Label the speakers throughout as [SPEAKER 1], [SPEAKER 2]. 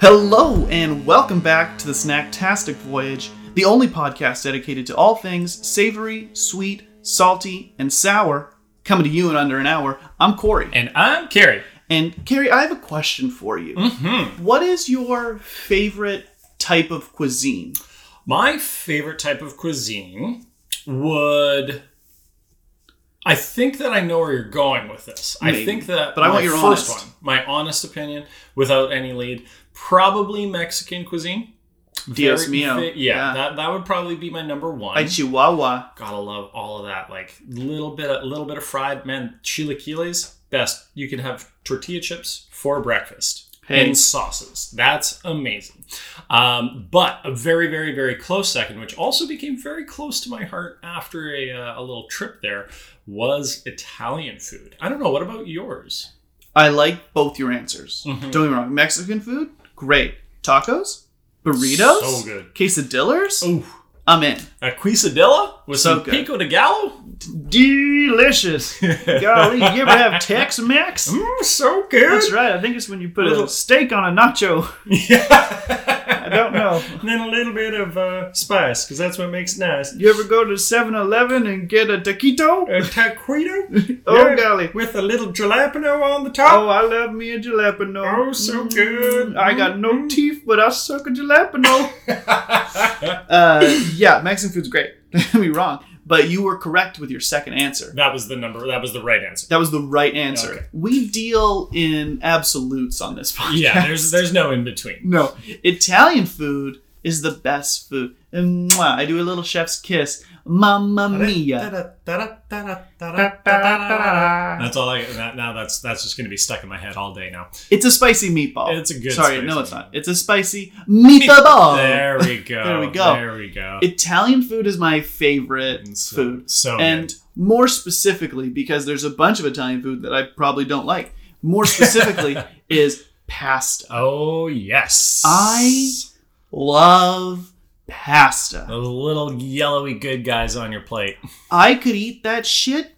[SPEAKER 1] Hello, and welcome back to the Snacktastic Voyage, the only podcast dedicated to all things savory, sweet, salty, and sour. Coming to you in under an hour, I'm Corey.
[SPEAKER 2] And I'm Carrie.
[SPEAKER 1] And Carrie, I have a question for you.
[SPEAKER 2] Mm-hmm.
[SPEAKER 1] What is your favorite type of cuisine?
[SPEAKER 2] Mm-hmm. My favorite type of cuisine would. I think that I know where you're going with this.
[SPEAKER 1] Maybe.
[SPEAKER 2] I think that.
[SPEAKER 1] But I want
[SPEAKER 2] my
[SPEAKER 1] your
[SPEAKER 2] first
[SPEAKER 1] honest.
[SPEAKER 2] one, my honest opinion, without any lead, probably Mexican cuisine.
[SPEAKER 1] Dios
[SPEAKER 2] Very-
[SPEAKER 1] mío.
[SPEAKER 2] ve- yeah, That, that would probably be my number one.
[SPEAKER 1] A chihuahua.
[SPEAKER 2] Gotta love all of that, like little bit, a little bit of fried man chilaquiles. Best you can have tortilla chips for breakfast
[SPEAKER 1] Hey.
[SPEAKER 2] and sauces. That's amazing. Um, but a very, very, very close second, which also became very close to my heart after a, uh, a little trip there, was Italian food. I don't know. What about yours?
[SPEAKER 1] I like both your answers.
[SPEAKER 2] Mhm.
[SPEAKER 1] Don't get me wrong. Mexican food, great. Tacos, burritos,
[SPEAKER 2] So good.
[SPEAKER 1] quesadillers,
[SPEAKER 2] Ooh,
[SPEAKER 1] I'm in.
[SPEAKER 2] a quesadilla with
[SPEAKER 1] So
[SPEAKER 2] some
[SPEAKER 1] good.
[SPEAKER 2] pico de gallo.
[SPEAKER 1] Delicious. Golly, you ever have Tex Mex?
[SPEAKER 2] Mm, so good.
[SPEAKER 1] That's right. I think it's when you put a
[SPEAKER 2] Little-
[SPEAKER 1] steak on a nacho.
[SPEAKER 2] Yeah.
[SPEAKER 1] I don't know.
[SPEAKER 2] And then a little bit of uh, spice, because that's what makes it nice.
[SPEAKER 1] You ever go to 7 Eleven and get a taquito?
[SPEAKER 2] A taquito?
[SPEAKER 1] Oh,
[SPEAKER 2] Uh, Yeah,
[SPEAKER 1] golly.
[SPEAKER 2] With a little jalapeno on the
[SPEAKER 1] Oh,
[SPEAKER 2] top?
[SPEAKER 1] I love me a jalapeno.
[SPEAKER 2] Oh, so
[SPEAKER 1] Mm,
[SPEAKER 2] good.
[SPEAKER 1] I got no
[SPEAKER 2] Mm.
[SPEAKER 1] teeth, but I suck a jalapeno. uh, yeah, Mexican food's great. Don't be wrong. But you were correct with your second answer.
[SPEAKER 2] that was the number. That was the right answer.
[SPEAKER 1] That was the right answer.
[SPEAKER 2] Okay.
[SPEAKER 1] We deal in absolutes on this podcast.
[SPEAKER 2] Yeah, there's there's no in between.
[SPEAKER 1] No, Italian food is the best food. And mwah, I do a little chef's kiss. Mamma mia.
[SPEAKER 2] That's all I that, now that's that's just gonna be stuck in my head all day now.
[SPEAKER 1] It's a spicy meatball.
[SPEAKER 2] It's a good
[SPEAKER 1] Sorry,
[SPEAKER 2] spicy
[SPEAKER 1] no, it's not.
[SPEAKER 2] meatball.
[SPEAKER 1] It's a spicy meatball.
[SPEAKER 2] There we go.
[SPEAKER 1] There we go.
[SPEAKER 2] There we go.
[SPEAKER 1] Italian food is my favorite
[SPEAKER 2] And so-
[SPEAKER 1] food.
[SPEAKER 2] So
[SPEAKER 1] and
[SPEAKER 2] good.
[SPEAKER 1] more specifically, because there's a bunch of Italian food that I probably don't like, more specifically is pasta.
[SPEAKER 2] Oh yes.
[SPEAKER 1] I- Love pasta.
[SPEAKER 2] those little yellowy good guys on your plate.
[SPEAKER 1] I could eat that shit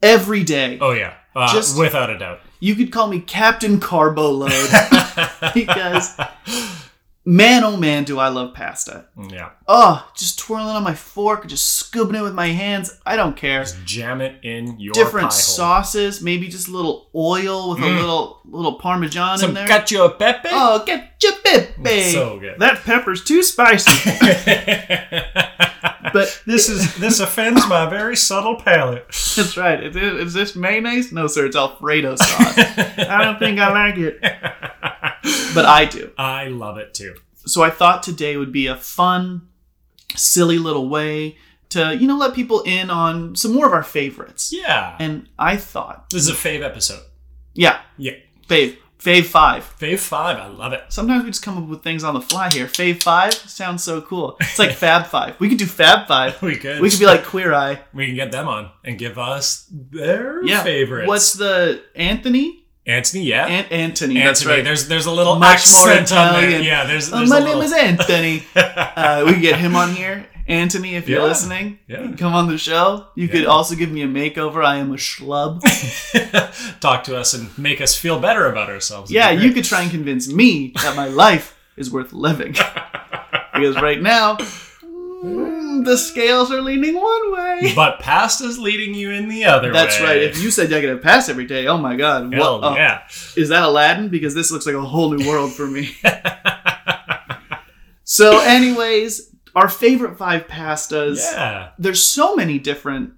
[SPEAKER 1] every day.
[SPEAKER 2] Oh yeah. Uh,
[SPEAKER 1] Just-
[SPEAKER 2] without a doubt.
[SPEAKER 1] You could call me Captain Carbo Load because man oh man do I love pasta.
[SPEAKER 2] yeah.
[SPEAKER 1] Oh, just twirling on my fork, just scooping it with my hands. I don't care.
[SPEAKER 2] Just jam it in your pie hole.
[SPEAKER 1] Different sauces, maybe just a little oil with a
[SPEAKER 2] Mm.
[SPEAKER 1] little little parmesan in
[SPEAKER 2] Some
[SPEAKER 1] there.
[SPEAKER 2] cacio e pepe.
[SPEAKER 1] oh, get your pepe.
[SPEAKER 2] So good.
[SPEAKER 1] That pepper's too spicy. but
[SPEAKER 2] this is this offends my very subtle palate.
[SPEAKER 1] that's right. Is, it, is this mayonnaise? No, sir. It's Alfredo sauce. I don't think I like it, but I do.
[SPEAKER 2] I love it too.
[SPEAKER 1] so I thought today would be a fun, silly little way to, you know, let people in on some more of our favorites.
[SPEAKER 2] Yeah.
[SPEAKER 1] And I thought,
[SPEAKER 2] This is a fave episode.
[SPEAKER 1] yeah,
[SPEAKER 2] Yeah.
[SPEAKER 1] fave, fave five.
[SPEAKER 2] Fave five. I love it.
[SPEAKER 1] Sometimes we just come up with things on the fly here. Fave five sounds so cool. It's like Fab Five. We could do Fab Five.
[SPEAKER 2] We could.
[SPEAKER 1] We could be like Queer Eye.
[SPEAKER 2] We can get them on and give us their
[SPEAKER 1] Yeah.
[SPEAKER 2] favorites.
[SPEAKER 1] What's the Anthony?
[SPEAKER 2] Anthony? Yeah.
[SPEAKER 1] An- Anthony.
[SPEAKER 2] Anthony.
[SPEAKER 1] That's right.
[SPEAKER 2] There's there's a little
[SPEAKER 1] Much more
[SPEAKER 2] accent on there.
[SPEAKER 1] Italian.
[SPEAKER 2] Yeah. There's,
[SPEAKER 1] Uh,
[SPEAKER 2] there's
[SPEAKER 1] my
[SPEAKER 2] a
[SPEAKER 1] name
[SPEAKER 2] little...
[SPEAKER 1] is Anthony. uh, we could get him on here. Anthony, if you're
[SPEAKER 2] Yeah.
[SPEAKER 1] listening,
[SPEAKER 2] Yeah.
[SPEAKER 1] come on the show. You could
[SPEAKER 2] Yeah.
[SPEAKER 1] also give me a makeover. I am a schlub.
[SPEAKER 2] Talk to us and make us feel better about ourselves. It'd
[SPEAKER 1] Yeah,
[SPEAKER 2] be
[SPEAKER 1] you
[SPEAKER 2] great.
[SPEAKER 1] could try and convince me that my life is worth living. because right now, mm, the scales are leaning one way.
[SPEAKER 2] But pasta's leading you in the other
[SPEAKER 1] That's
[SPEAKER 2] way.
[SPEAKER 1] right. If you said I could have passed every day, oh my god, what?
[SPEAKER 2] Hell
[SPEAKER 1] oh,
[SPEAKER 2] yeah.
[SPEAKER 1] Is that Aladdin? Because this looks like a whole new world for me. so, anyways, our favorite five pastas.
[SPEAKER 2] Yeah.
[SPEAKER 1] There's so many different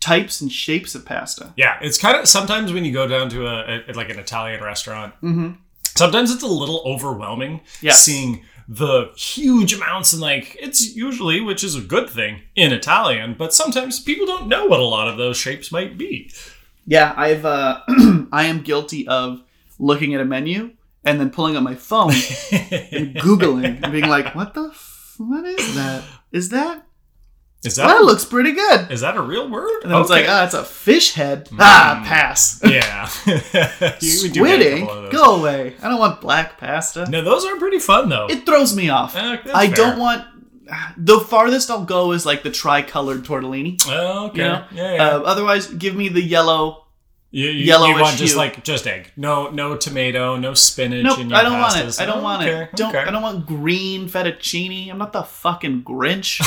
[SPEAKER 1] types and shapes of pasta.
[SPEAKER 2] Yeah, it's kind of sometimes when you go down to a, a like an Italian restaurant,
[SPEAKER 1] Mm-hmm.
[SPEAKER 2] sometimes it's a little overwhelming
[SPEAKER 1] Yes.
[SPEAKER 2] seeing the huge amounts and like it's usually, which is a good thing in Italian, but sometimes people don't know what a lot of those shapes might be.
[SPEAKER 1] Yeah, I've uh, I am guilty of looking at a menu and then pulling up my phone and googling and being like, "What the? F- what is that? Is that?
[SPEAKER 2] Is
[SPEAKER 1] That
[SPEAKER 2] that
[SPEAKER 1] looks pretty good." And
[SPEAKER 2] is that a real word?
[SPEAKER 1] then I was like,
[SPEAKER 2] Okay.
[SPEAKER 1] "Ah, it's a fish head. Ah, pass.
[SPEAKER 2] yeah, You- we do get a
[SPEAKER 1] Squid ink,
[SPEAKER 2] couple of those.
[SPEAKER 1] go away. I don't want black pasta.
[SPEAKER 2] No, those are pretty fun though.
[SPEAKER 1] It throws me off.
[SPEAKER 2] Eh, that's
[SPEAKER 1] I
[SPEAKER 2] fair.
[SPEAKER 1] don't want." The farthest I'll go is like the tricolored tortellini. Uh,
[SPEAKER 2] Okay.
[SPEAKER 1] You know?
[SPEAKER 2] Yeah. yeah.
[SPEAKER 1] Uh, otherwise, give me the yellow
[SPEAKER 2] You, you,
[SPEAKER 1] Yellowish
[SPEAKER 2] you want just
[SPEAKER 1] hue.
[SPEAKER 2] like just egg. No no tomato, no spinach
[SPEAKER 1] Nope,
[SPEAKER 2] in your
[SPEAKER 1] I don't want it.
[SPEAKER 2] pastas.
[SPEAKER 1] I don't want
[SPEAKER 2] Okay,
[SPEAKER 1] it. Don't.
[SPEAKER 2] okay.
[SPEAKER 1] I don't want green fettuccine. I'm not the fucking Grinch.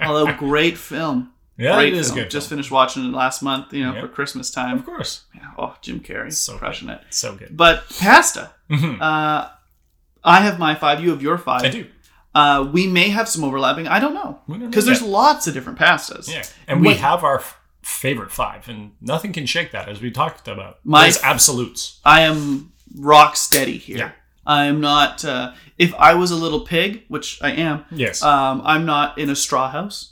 [SPEAKER 1] Although great film.
[SPEAKER 2] yeah,
[SPEAKER 1] great
[SPEAKER 2] it is
[SPEAKER 1] film.
[SPEAKER 2] good.
[SPEAKER 1] Just finished watching it last month. You know,
[SPEAKER 2] Yeah.
[SPEAKER 1] for Christmas
[SPEAKER 2] of
[SPEAKER 1] time.
[SPEAKER 2] course.
[SPEAKER 1] Yeah, Oh, Jim Carrey,
[SPEAKER 2] So good.
[SPEAKER 1] crushing it.
[SPEAKER 2] So good.
[SPEAKER 1] But pasta.
[SPEAKER 2] Mhm.
[SPEAKER 1] Uh, I have my five. You have your five.
[SPEAKER 2] I do.
[SPEAKER 1] Uh, we may have some overlapping. I don't know
[SPEAKER 2] We don't know
[SPEAKER 1] because there's
[SPEAKER 2] yet.
[SPEAKER 1] lots of different pastas.
[SPEAKER 2] Yeah. And we
[SPEAKER 1] What-
[SPEAKER 2] have our f- favorite five, and nothing can shake that, as we talked about.
[SPEAKER 1] My-
[SPEAKER 2] There's absolutes.
[SPEAKER 1] I am rock steady here.
[SPEAKER 2] Yeah.
[SPEAKER 1] I am not. Uh, if I was a little pig, which I am,
[SPEAKER 2] Yes.
[SPEAKER 1] um, I'm not in a straw house.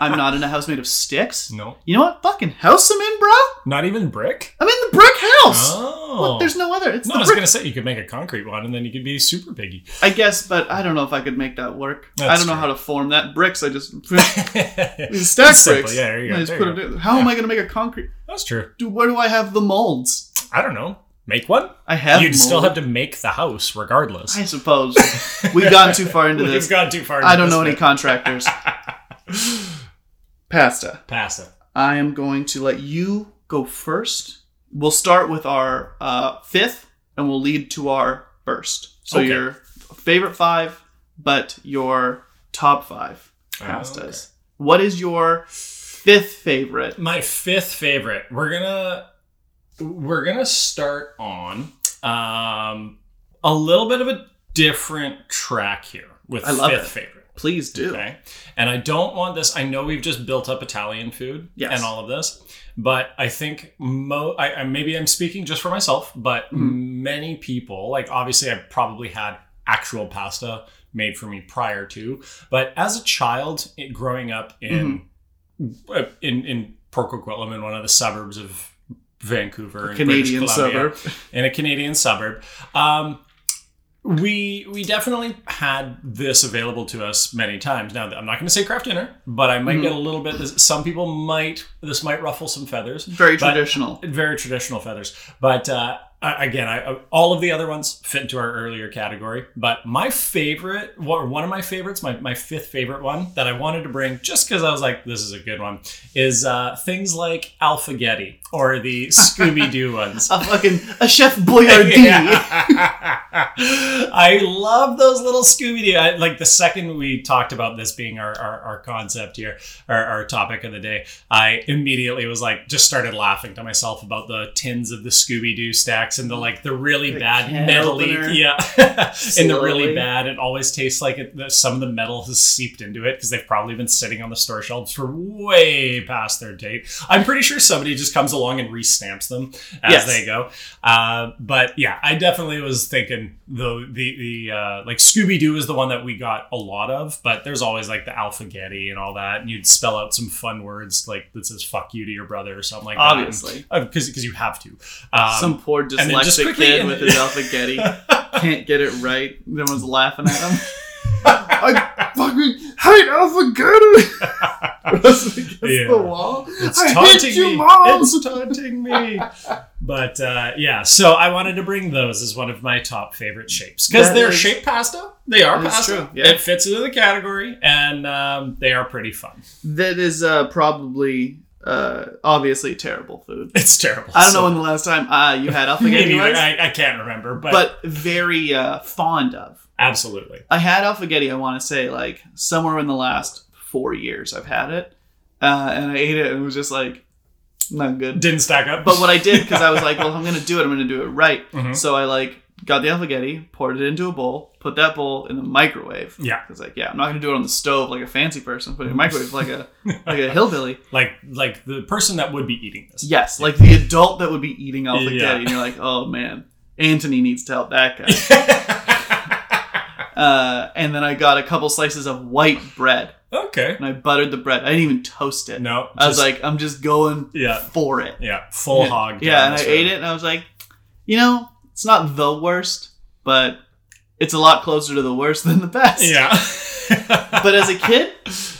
[SPEAKER 1] I'm not in a house made of sticks.
[SPEAKER 2] no.
[SPEAKER 1] You know what? Fucking house I'm in, bro.
[SPEAKER 2] Not even brick?
[SPEAKER 1] I'm in the brick house.
[SPEAKER 2] Oh.
[SPEAKER 1] Look, there's no other. It's
[SPEAKER 2] no, I
[SPEAKER 1] the
[SPEAKER 2] was
[SPEAKER 1] brick.
[SPEAKER 2] going to say you could make a concrete one, and then you could be super piggy.
[SPEAKER 1] I guess, but I don't know if I could make that work. I
[SPEAKER 2] That's
[SPEAKER 1] don't know
[SPEAKER 2] true.
[SPEAKER 1] how to form that. Bricks, I just these stack
[SPEAKER 2] That's simple.
[SPEAKER 1] bricks.
[SPEAKER 2] Yeah, there you
[SPEAKER 1] and I
[SPEAKER 2] go,
[SPEAKER 1] just
[SPEAKER 2] there
[SPEAKER 1] put
[SPEAKER 2] you
[SPEAKER 1] it in. How am I going to make a concrete?
[SPEAKER 2] That's true.
[SPEAKER 1] Dude, where do I have the molds?
[SPEAKER 2] I don't know. Make one.
[SPEAKER 1] I have.
[SPEAKER 2] You'd still
[SPEAKER 1] mold.
[SPEAKER 2] have to make the house regardless.
[SPEAKER 1] I suppose we've gone too far into
[SPEAKER 2] We've
[SPEAKER 1] this.
[SPEAKER 2] gone too far.
[SPEAKER 1] I
[SPEAKER 2] into
[SPEAKER 1] don't
[SPEAKER 2] this
[SPEAKER 1] know any
[SPEAKER 2] bit.
[SPEAKER 1] contractors. Pasta.
[SPEAKER 2] Pasta.
[SPEAKER 1] I am going to let you go first. We'll start with our uh, fifth, and we'll lead to our first. So
[SPEAKER 2] Okay.
[SPEAKER 1] your favorite five, but your top five
[SPEAKER 2] Oh,
[SPEAKER 1] pastas.
[SPEAKER 2] okay.
[SPEAKER 1] What is your fifth favorite?
[SPEAKER 2] My fifth favorite. We're gonna we're gonna start on um, a little bit of a different track here with
[SPEAKER 1] I love
[SPEAKER 2] fifth
[SPEAKER 1] it.
[SPEAKER 2] favorite.
[SPEAKER 1] Please do.
[SPEAKER 2] Okay. And I don't want this. I know we've just built up Italian food
[SPEAKER 1] Yes.
[SPEAKER 2] and all of this, but I think mo. I, I maybe I'm speaking just for myself, but
[SPEAKER 1] Mm-hmm.
[SPEAKER 2] many people like obviously I probably had actual pasta made for me prior to, but as a child it, growing up in
[SPEAKER 1] Mm-hmm.
[SPEAKER 2] uh, in in Port Coquitlam in one of the suburbs of Vancouver, in British
[SPEAKER 1] Canadian
[SPEAKER 2] Columbia
[SPEAKER 1] suburb.
[SPEAKER 2] in a Canadian suburb. Um, we we definitely had this available to us many times. Now I'm not going to say craft dinner, but I might
[SPEAKER 1] Mhm.
[SPEAKER 2] get a little bit. This, some people might this might ruffle some feathers.
[SPEAKER 1] Very
[SPEAKER 2] But-
[SPEAKER 1] traditional.
[SPEAKER 2] Very traditional feathers, but uh, I- again, I, I- all of the other ones fit into our earlier category. But my favorite, one one of my favorites, my, my fifth favorite one that I wanted to bring, just because I was like, this is a good one, is uh, things like Alphagetti or the Scooby Doo ones.
[SPEAKER 1] A fucking a chef Boyardee.
[SPEAKER 2] Yeah. I love those little Scooby Doo. I- Like the second we talked about this being our, our, our concept here, our, our topic of the day, I immediately was like, just started laughing to myself about the tins of the Scooby Doo stacks and the like the really
[SPEAKER 1] The
[SPEAKER 2] bad
[SPEAKER 1] can
[SPEAKER 2] metal
[SPEAKER 1] opener.
[SPEAKER 2] Yeah. and the really
[SPEAKER 1] Slowly.
[SPEAKER 2] bad, it always tastes like it, the, some of the metal has seeped into it because they've probably been sitting on the store shelves for way past their date. I'm pretty sure somebody just comes along and restamps them as
[SPEAKER 1] Yes.
[SPEAKER 2] they go. Uh, but yeah, I definitely was thinking the the the uh, like Scooby Doo is the one that we got a lot of, but there's always like the alphagetti and all that, and you'd spell out some fun words like that says "fuck you" to your brother or something like
[SPEAKER 1] Obviously.
[SPEAKER 2] that, because because you have to. Um,
[SPEAKER 1] Some poor
[SPEAKER 2] then just
[SPEAKER 1] dyslexic
[SPEAKER 2] quickly-
[SPEAKER 1] kid with his alphagetti can't get it right. No one's laughing at him. I fucking hate alphagetti. Against
[SPEAKER 2] Yeah.
[SPEAKER 1] the wall.
[SPEAKER 2] It's
[SPEAKER 1] I
[SPEAKER 2] taunting
[SPEAKER 1] hate you,
[SPEAKER 2] me.
[SPEAKER 1] mom.
[SPEAKER 2] It's taunting me. But uh, yeah, so I wanted to bring those as one of my top favorite shapes because
[SPEAKER 1] That
[SPEAKER 2] they're
[SPEAKER 1] is-
[SPEAKER 2] shaped pasta. They are
[SPEAKER 1] that is
[SPEAKER 2] pasta.
[SPEAKER 1] true, yeah.
[SPEAKER 2] It fits into the category, and um, they are pretty fun.
[SPEAKER 1] That is uh, probably uh, obviously terrible food.
[SPEAKER 2] It's terrible.
[SPEAKER 1] I don't
[SPEAKER 2] so-
[SPEAKER 1] know when the last time uh, you had alphagetti
[SPEAKER 2] Maybe
[SPEAKER 1] was,
[SPEAKER 2] I, I can't remember, but,
[SPEAKER 1] but very uh, fond of.
[SPEAKER 2] absolutely.
[SPEAKER 1] I had alphagetti. I want to say like somewhere in the last four years I've had it, uh, and I ate it and it was just like not good.
[SPEAKER 2] Didn't stack up.
[SPEAKER 1] But what I did because I was like, well, if I'm gonna do it. I'm gonna do it right.
[SPEAKER 2] Mhm.
[SPEAKER 1] So I like got the alphagetti, poured it into a bowl, put that bowl in the microwave.
[SPEAKER 2] Yeah.
[SPEAKER 1] Cause like, yeah, I'm not gonna do it on the stove like a fancy person, but in a microwave like a like a hillbilly.
[SPEAKER 2] like like the person that would be eating this.
[SPEAKER 1] Yes, like the adult that would be eating alphagetti,
[SPEAKER 2] Yeah.
[SPEAKER 1] and you're like, oh man, Anthony needs to help that guy. uh, and then I got a couple slices of white bread,
[SPEAKER 2] okay.
[SPEAKER 1] and I buttered the bread. I didn't even toast it.
[SPEAKER 2] No.
[SPEAKER 1] I was
[SPEAKER 2] just-
[SPEAKER 1] like, I'm just going
[SPEAKER 2] Yeah.
[SPEAKER 1] for it.
[SPEAKER 2] yeah, full
[SPEAKER 1] yeah,
[SPEAKER 2] hog.
[SPEAKER 1] Yeah,
[SPEAKER 2] down
[SPEAKER 1] and I
[SPEAKER 2] this
[SPEAKER 1] ate
[SPEAKER 2] road.
[SPEAKER 1] it, and I was like, you know, it's not the worst, but it's a lot closer to the worst than the best.
[SPEAKER 2] Yeah.
[SPEAKER 1] But as a kid,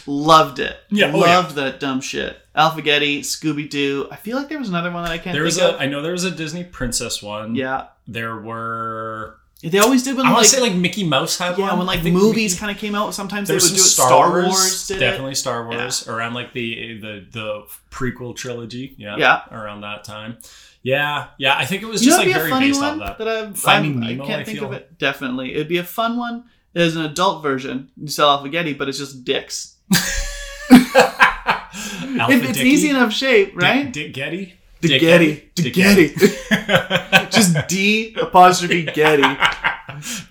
[SPEAKER 1] loved it.
[SPEAKER 2] Yeah, oh, yeah.
[SPEAKER 1] loved that dumb shit. Alphagetti, Scooby Doo. I feel like there was another one that I can't
[SPEAKER 2] there was
[SPEAKER 1] think
[SPEAKER 2] a.
[SPEAKER 1] of.
[SPEAKER 2] I know there was a Disney princess one.
[SPEAKER 1] yeah,
[SPEAKER 2] There were.
[SPEAKER 1] They always did when
[SPEAKER 2] I want
[SPEAKER 1] like
[SPEAKER 2] to say like Mickey Mouse had one.
[SPEAKER 1] yeah, when
[SPEAKER 2] I
[SPEAKER 1] like
[SPEAKER 2] think
[SPEAKER 1] movies
[SPEAKER 2] Mickey-
[SPEAKER 1] kind of came out. Sometimes they would
[SPEAKER 2] There's
[SPEAKER 1] do
[SPEAKER 2] some
[SPEAKER 1] it.
[SPEAKER 2] Star, Wars,
[SPEAKER 1] did it.
[SPEAKER 2] definitely Star Wars around like the the the prequel trilogy. Yeah,
[SPEAKER 1] Yeah.
[SPEAKER 2] around that time. Yeah, yeah. I think it was
[SPEAKER 1] you know,
[SPEAKER 2] just
[SPEAKER 1] it'd
[SPEAKER 2] like
[SPEAKER 1] be a
[SPEAKER 2] very
[SPEAKER 1] funny
[SPEAKER 2] based
[SPEAKER 1] one
[SPEAKER 2] on
[SPEAKER 1] that,
[SPEAKER 2] that.
[SPEAKER 1] I've,
[SPEAKER 2] Finding
[SPEAKER 1] I'm- I
[SPEAKER 2] Nemo,
[SPEAKER 1] can't
[SPEAKER 2] I
[SPEAKER 1] think of
[SPEAKER 2] feel.
[SPEAKER 1] it. Definitely, it'd be a fun one. There's an adult version. You sell alphagetti, but it's just dicks.
[SPEAKER 2] Alpha
[SPEAKER 1] If it's
[SPEAKER 2] Dicky?
[SPEAKER 1] easy enough shape, right?
[SPEAKER 2] Dick, Dick Getty.
[SPEAKER 1] Dick
[SPEAKER 2] Dick
[SPEAKER 1] Getty,
[SPEAKER 2] Dick
[SPEAKER 1] Dick Getty, just D apostrophe Getty,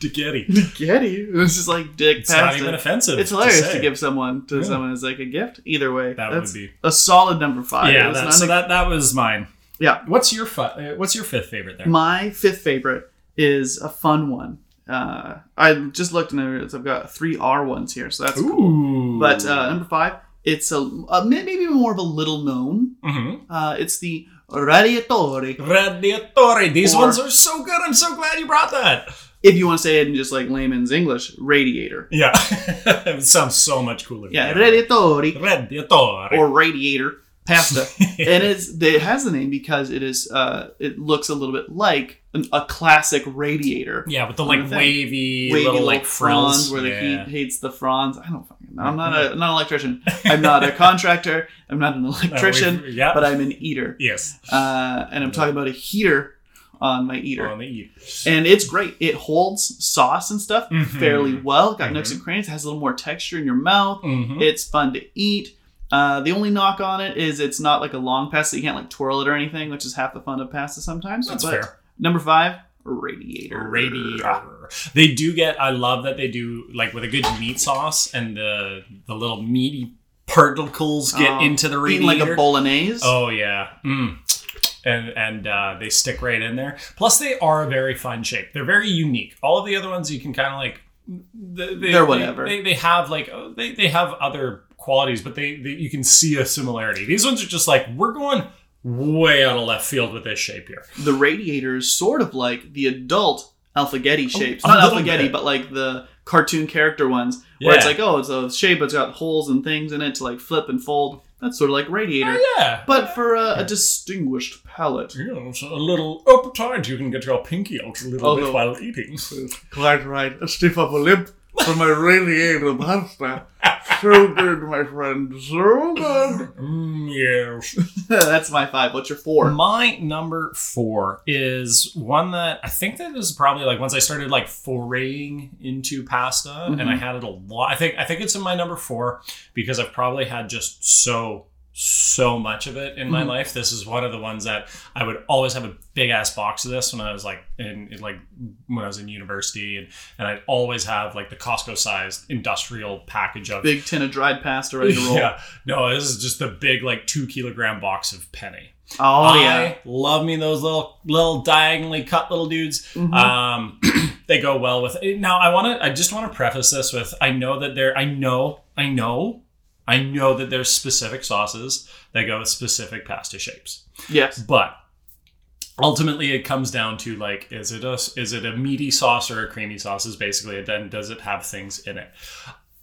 [SPEAKER 2] Dick Getty.
[SPEAKER 1] Dick Getty. It's just like dick.
[SPEAKER 2] It's not
[SPEAKER 1] past
[SPEAKER 2] even
[SPEAKER 1] it.
[SPEAKER 2] offensive.
[SPEAKER 1] It's hilarious to,
[SPEAKER 2] say.
[SPEAKER 1] give someone to
[SPEAKER 2] Yeah.
[SPEAKER 1] someone as like a gift. Either way,
[SPEAKER 2] That
[SPEAKER 1] that's
[SPEAKER 2] would be
[SPEAKER 1] a solid number five. It
[SPEAKER 2] yeah.
[SPEAKER 1] was
[SPEAKER 2] That,
[SPEAKER 1] not
[SPEAKER 2] so
[SPEAKER 1] a-
[SPEAKER 2] that that was mine.
[SPEAKER 1] Yeah.
[SPEAKER 2] What's your fi- uh, What's your fifth favorite there?
[SPEAKER 1] My fifth favorite is a fun one. Uh, I just looked and there is- I've got three R ones here, so that's cool.
[SPEAKER 2] Ooh.
[SPEAKER 1] But uh, number five, it's a, a may- maybe more of a little known.
[SPEAKER 2] Mhm.
[SPEAKER 1] Uh, it's the Radiatore.
[SPEAKER 2] Radiatore. These
[SPEAKER 1] Or-
[SPEAKER 2] ones are so good. I'm so glad you brought that.
[SPEAKER 1] If you want to say it in just like layman's English, radiator.
[SPEAKER 2] Yeah. it sounds so much cooler.
[SPEAKER 1] Yeah, Radiatore
[SPEAKER 2] Radiatore.
[SPEAKER 1] or radiator pasta. and it's it has the name because it is uh it looks a little bit like an, a classic radiator
[SPEAKER 2] yeah, with the
[SPEAKER 1] I
[SPEAKER 2] like
[SPEAKER 1] think.
[SPEAKER 2] wavy,
[SPEAKER 1] wavy
[SPEAKER 2] little like frills.
[SPEAKER 1] where the
[SPEAKER 2] yeah. Mm-hmm.
[SPEAKER 1] heat hates the fronds i don't fucking know i'm not a I'm not an electrician i'm not a contractor i'm not an
[SPEAKER 2] Uh,
[SPEAKER 1] electrician
[SPEAKER 2] wave- yeah.
[SPEAKER 1] but i'm an eater
[SPEAKER 2] yes.
[SPEAKER 1] uh, and i'm talking about a heater on my eater
[SPEAKER 2] On the eat.
[SPEAKER 1] and it's great it holds sauce and stuff
[SPEAKER 2] Mhm.
[SPEAKER 1] fairly well got nooks
[SPEAKER 2] Mhm.
[SPEAKER 1] and crannies has a little more texture in your mouth
[SPEAKER 2] Mhm.
[SPEAKER 1] It's fun to eat. Uh, the only knock on it is it's not like a long pasta. You can't like twirl it or anything, which is half the fun of pasta sometimes.
[SPEAKER 2] That's
[SPEAKER 1] But
[SPEAKER 2] fair.
[SPEAKER 1] Number five, radiator.
[SPEAKER 2] radiator. Ah. They do get. I love that they do like with a good meat sauce and the the little meaty particles get
[SPEAKER 1] Oh,
[SPEAKER 2] into the
[SPEAKER 1] Eating
[SPEAKER 2] radiator.
[SPEAKER 1] like a bolognese.
[SPEAKER 2] Oh yeah. Mm. And and uh, they stick right in there. Plus, they are a very fun shape. They're very unique. All of the other ones you can kind of like. They, they-
[SPEAKER 1] They're whatever.
[SPEAKER 2] They, they have like oh, they they have other qualities, but they, they you can see a similarity. These ones are just like we're going way out of left field with this shape here.
[SPEAKER 1] The radiator is sort of like the adult alphagetti shapes.
[SPEAKER 2] a
[SPEAKER 1] not
[SPEAKER 2] little
[SPEAKER 1] alphagetti,
[SPEAKER 2] bit.
[SPEAKER 1] but like the cartoon character ones where it's
[SPEAKER 2] Yeah.
[SPEAKER 1] like, oh, it's a shape, but it's got holes and things in it to like flip and fold. That's sort of like radiator.
[SPEAKER 2] Oh, yeah.
[SPEAKER 1] But for a, a distinguished palate.
[SPEAKER 2] You know, it's a little uptight. You can get your pinky out a little
[SPEAKER 1] Although-
[SPEAKER 2] bit while eating.
[SPEAKER 1] Quite right. A stiff upper lip for my radiator pasta. So good, my friend. So good.
[SPEAKER 2] Mm, yes.
[SPEAKER 1] That's my five. What's your four?
[SPEAKER 2] My number four is one that I think that is probably like once I started like foraying into pasta, and
[SPEAKER 1] Mm-hmm.
[SPEAKER 2] I had it a lot. I think I think it's in my number four because I've probably had just so so much of it in my
[SPEAKER 1] Mhm.
[SPEAKER 2] life. This is one of the ones that I would always have a big ass box of this when I was like in, in like when I was in university, and and I'd always have like the Costco sized industrial package of
[SPEAKER 1] Big tin of dried pasta ready to roll.
[SPEAKER 2] Yeah, no, this is just the big like two kilogram box of penny.
[SPEAKER 1] Oh,
[SPEAKER 2] I
[SPEAKER 1] yeah.
[SPEAKER 2] love me those little little diagonally cut little dudes.
[SPEAKER 1] Mhm.
[SPEAKER 2] Um, they go well with Now I want to. I just want to preface this with I know that there. I know. I know. I know that there's specific sauces that go with specific pasta shapes,
[SPEAKER 1] yes.
[SPEAKER 2] but ultimately it comes down to like is it a is it a meaty sauce or a creamy sauce? Is basically it. Then does it have things in it?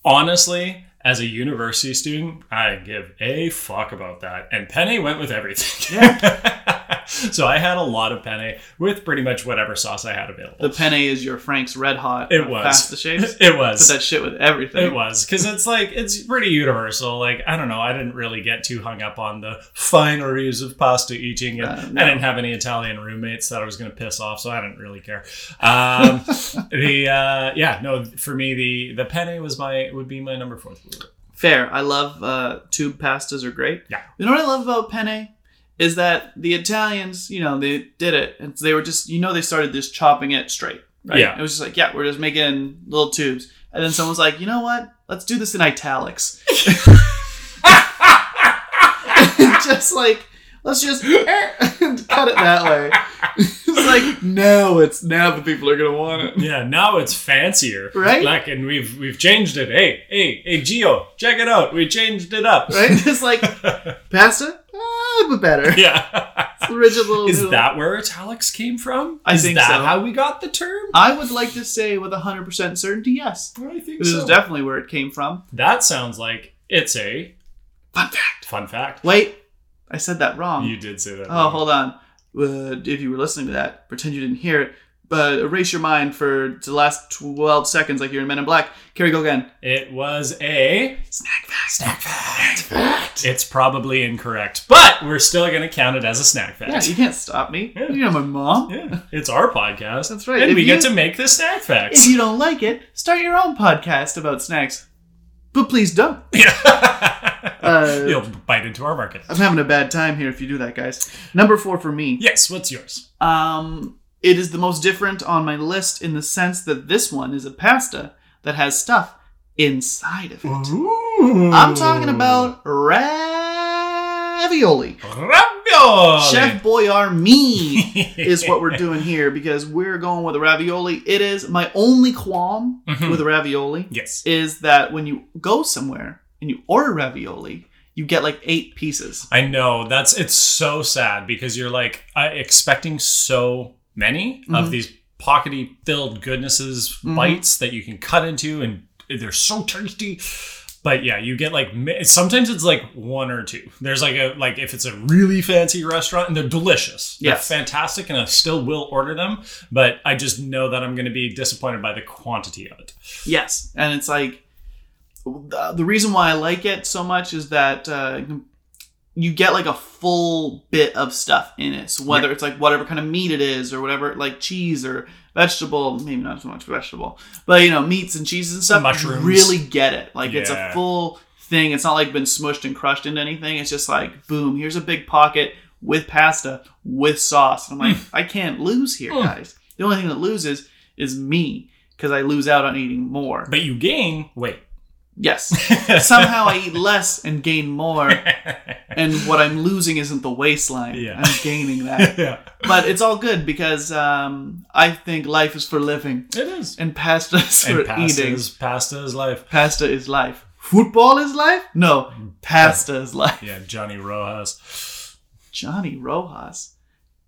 [SPEAKER 2] Honestly. As a university student, I give a fuck about that. And Penny went with everything. so I had a lot of penne with pretty much whatever sauce I had available.
[SPEAKER 1] The penne is your Frank's Red Hot
[SPEAKER 2] It was.
[SPEAKER 1] pasta shapes.
[SPEAKER 2] It
[SPEAKER 1] Put
[SPEAKER 2] was.
[SPEAKER 1] that shit with everything.
[SPEAKER 2] It was because it's like it's pretty universal. Like I don't know, I didn't really get too hung up on the fineries of pasta eating, and
[SPEAKER 1] Uh, no.
[SPEAKER 2] I didn't have any Italian roommates that I was going to piss off, so I didn't really care. Um, the uh, yeah, no, for me the the penne was my would be my number four.
[SPEAKER 1] Fair. I love uh, tube pastas are great.
[SPEAKER 2] Yeah.
[SPEAKER 1] You know what I love about penne is that the Italians, you know, they did it, and they were just, you know, they started just chopping it straight. Right?
[SPEAKER 2] Yeah.
[SPEAKER 1] It was just like, yeah, we're just making little tubes, and then someone's like, you know what? Let's do this in italics. just like, let's just cut it that way. it's like, no, it's now the people are gonna want it.
[SPEAKER 2] Yeah, now it's fancier,
[SPEAKER 1] Right?
[SPEAKER 2] Like, and we've we've changed it. Hey, hey, hey, Gio, check it out. We changed it up,
[SPEAKER 1] Right? It's like pasta, ah, but better.
[SPEAKER 2] Yeah.
[SPEAKER 1] Rigid little.
[SPEAKER 2] Is
[SPEAKER 1] noodle.
[SPEAKER 2] that where italics came from?
[SPEAKER 1] I
[SPEAKER 2] Is
[SPEAKER 1] think
[SPEAKER 2] that
[SPEAKER 1] so.
[SPEAKER 2] how we got the term?
[SPEAKER 1] I would like to say with 100% certainty, yes.
[SPEAKER 2] I think
[SPEAKER 1] This is definitely where it came from.
[SPEAKER 2] that sounds like it's a
[SPEAKER 1] Fun fact.
[SPEAKER 2] fun fact.
[SPEAKER 1] Wait, I said that wrong.
[SPEAKER 2] You did say that.
[SPEAKER 1] oh,
[SPEAKER 2] wrong.
[SPEAKER 1] hold on. Uh, if you were listening to that, pretend you didn't hear it. but erase your mind for the last 12 seconds like you're in Men in Black. Carrie Gilgan.
[SPEAKER 2] It was a.
[SPEAKER 1] Snack fest.
[SPEAKER 2] Snack fact. It's probably incorrect, but we're still going to count it as a snack
[SPEAKER 1] Yeah,
[SPEAKER 2] fact.
[SPEAKER 1] you can't stop me.
[SPEAKER 2] Yeah.
[SPEAKER 1] You're my mom.
[SPEAKER 2] Yeah, it's our podcast.
[SPEAKER 1] That's right.
[SPEAKER 2] And
[SPEAKER 1] If
[SPEAKER 2] we get
[SPEAKER 1] you-
[SPEAKER 2] to make the snack
[SPEAKER 1] If
[SPEAKER 2] facts.
[SPEAKER 1] you don't like it, start your own podcast about snacks. But please don't.
[SPEAKER 2] Yeah.
[SPEAKER 1] Uh,
[SPEAKER 2] You'll bite into our market.
[SPEAKER 1] I'm having a bad time here if you do that, guys. Number four for me.
[SPEAKER 2] Yes, what's yours?
[SPEAKER 1] Um, it is the most different on my list in the sense that this one is a pasta that has stuff inside of it. I'm talking about ravioli.
[SPEAKER 2] ravioli.
[SPEAKER 1] Chef Boyarmee is what we're doing here because we're going with a ravioli. It is my only qualm
[SPEAKER 2] Mhm.
[SPEAKER 1] with a ravioli
[SPEAKER 2] Yes.
[SPEAKER 1] is that when you go somewhere and you order ravioli, you get like eight pieces.
[SPEAKER 2] I know that's it's so sad because you're like I, expecting so many
[SPEAKER 1] Mhm.
[SPEAKER 2] of these pockety filled goodnesses
[SPEAKER 1] Mhm.
[SPEAKER 2] bites that you can cut into and they're so tasty. But yeah, you get like mi- sometimes it's like one or two. There's like a like if it's a really fancy restaurant and they're delicious, they're
[SPEAKER 1] Yes.
[SPEAKER 2] fantastic, and I still will order them. But I just know that I'm going to be disappointed by the quantity of it.
[SPEAKER 1] Yes, and it's like the the reason why I like it so much is that uh, you get like a full bit of stuff in it. So whether it's like whatever kind of meat it is, or whatever like cheese or vegetable, maybe not so much vegetable, but you know meats and cheeses and stuff.
[SPEAKER 2] Mushrooms.
[SPEAKER 1] You really get it. Like it's a
[SPEAKER 2] Yeah.
[SPEAKER 1] full thing. It's not like been smushed and crushed into anything. It's just like boom, here's a big pocket with pasta with sauce. And I'm like,
[SPEAKER 2] Hmm.
[SPEAKER 1] I can't lose here,
[SPEAKER 2] Mm.
[SPEAKER 1] guys. The only thing that loses is me because I lose out on eating more.
[SPEAKER 2] But you gain weight.
[SPEAKER 1] Yes. Somehow I eat less and gain more, and what I'm losing isn't the waistline.
[SPEAKER 2] Yeah.
[SPEAKER 1] I'm gaining that.
[SPEAKER 2] yeah,
[SPEAKER 1] But it's all good because um, I think life is for living,
[SPEAKER 2] it is.
[SPEAKER 1] and pasta is
[SPEAKER 2] and
[SPEAKER 1] for
[SPEAKER 2] pasta
[SPEAKER 1] eating.
[SPEAKER 2] is pasta is life.
[SPEAKER 1] Pasta is life. Football is life? No, pasta is life.
[SPEAKER 2] Yeah, Johnny Rojas.
[SPEAKER 1] Johnny Rojas.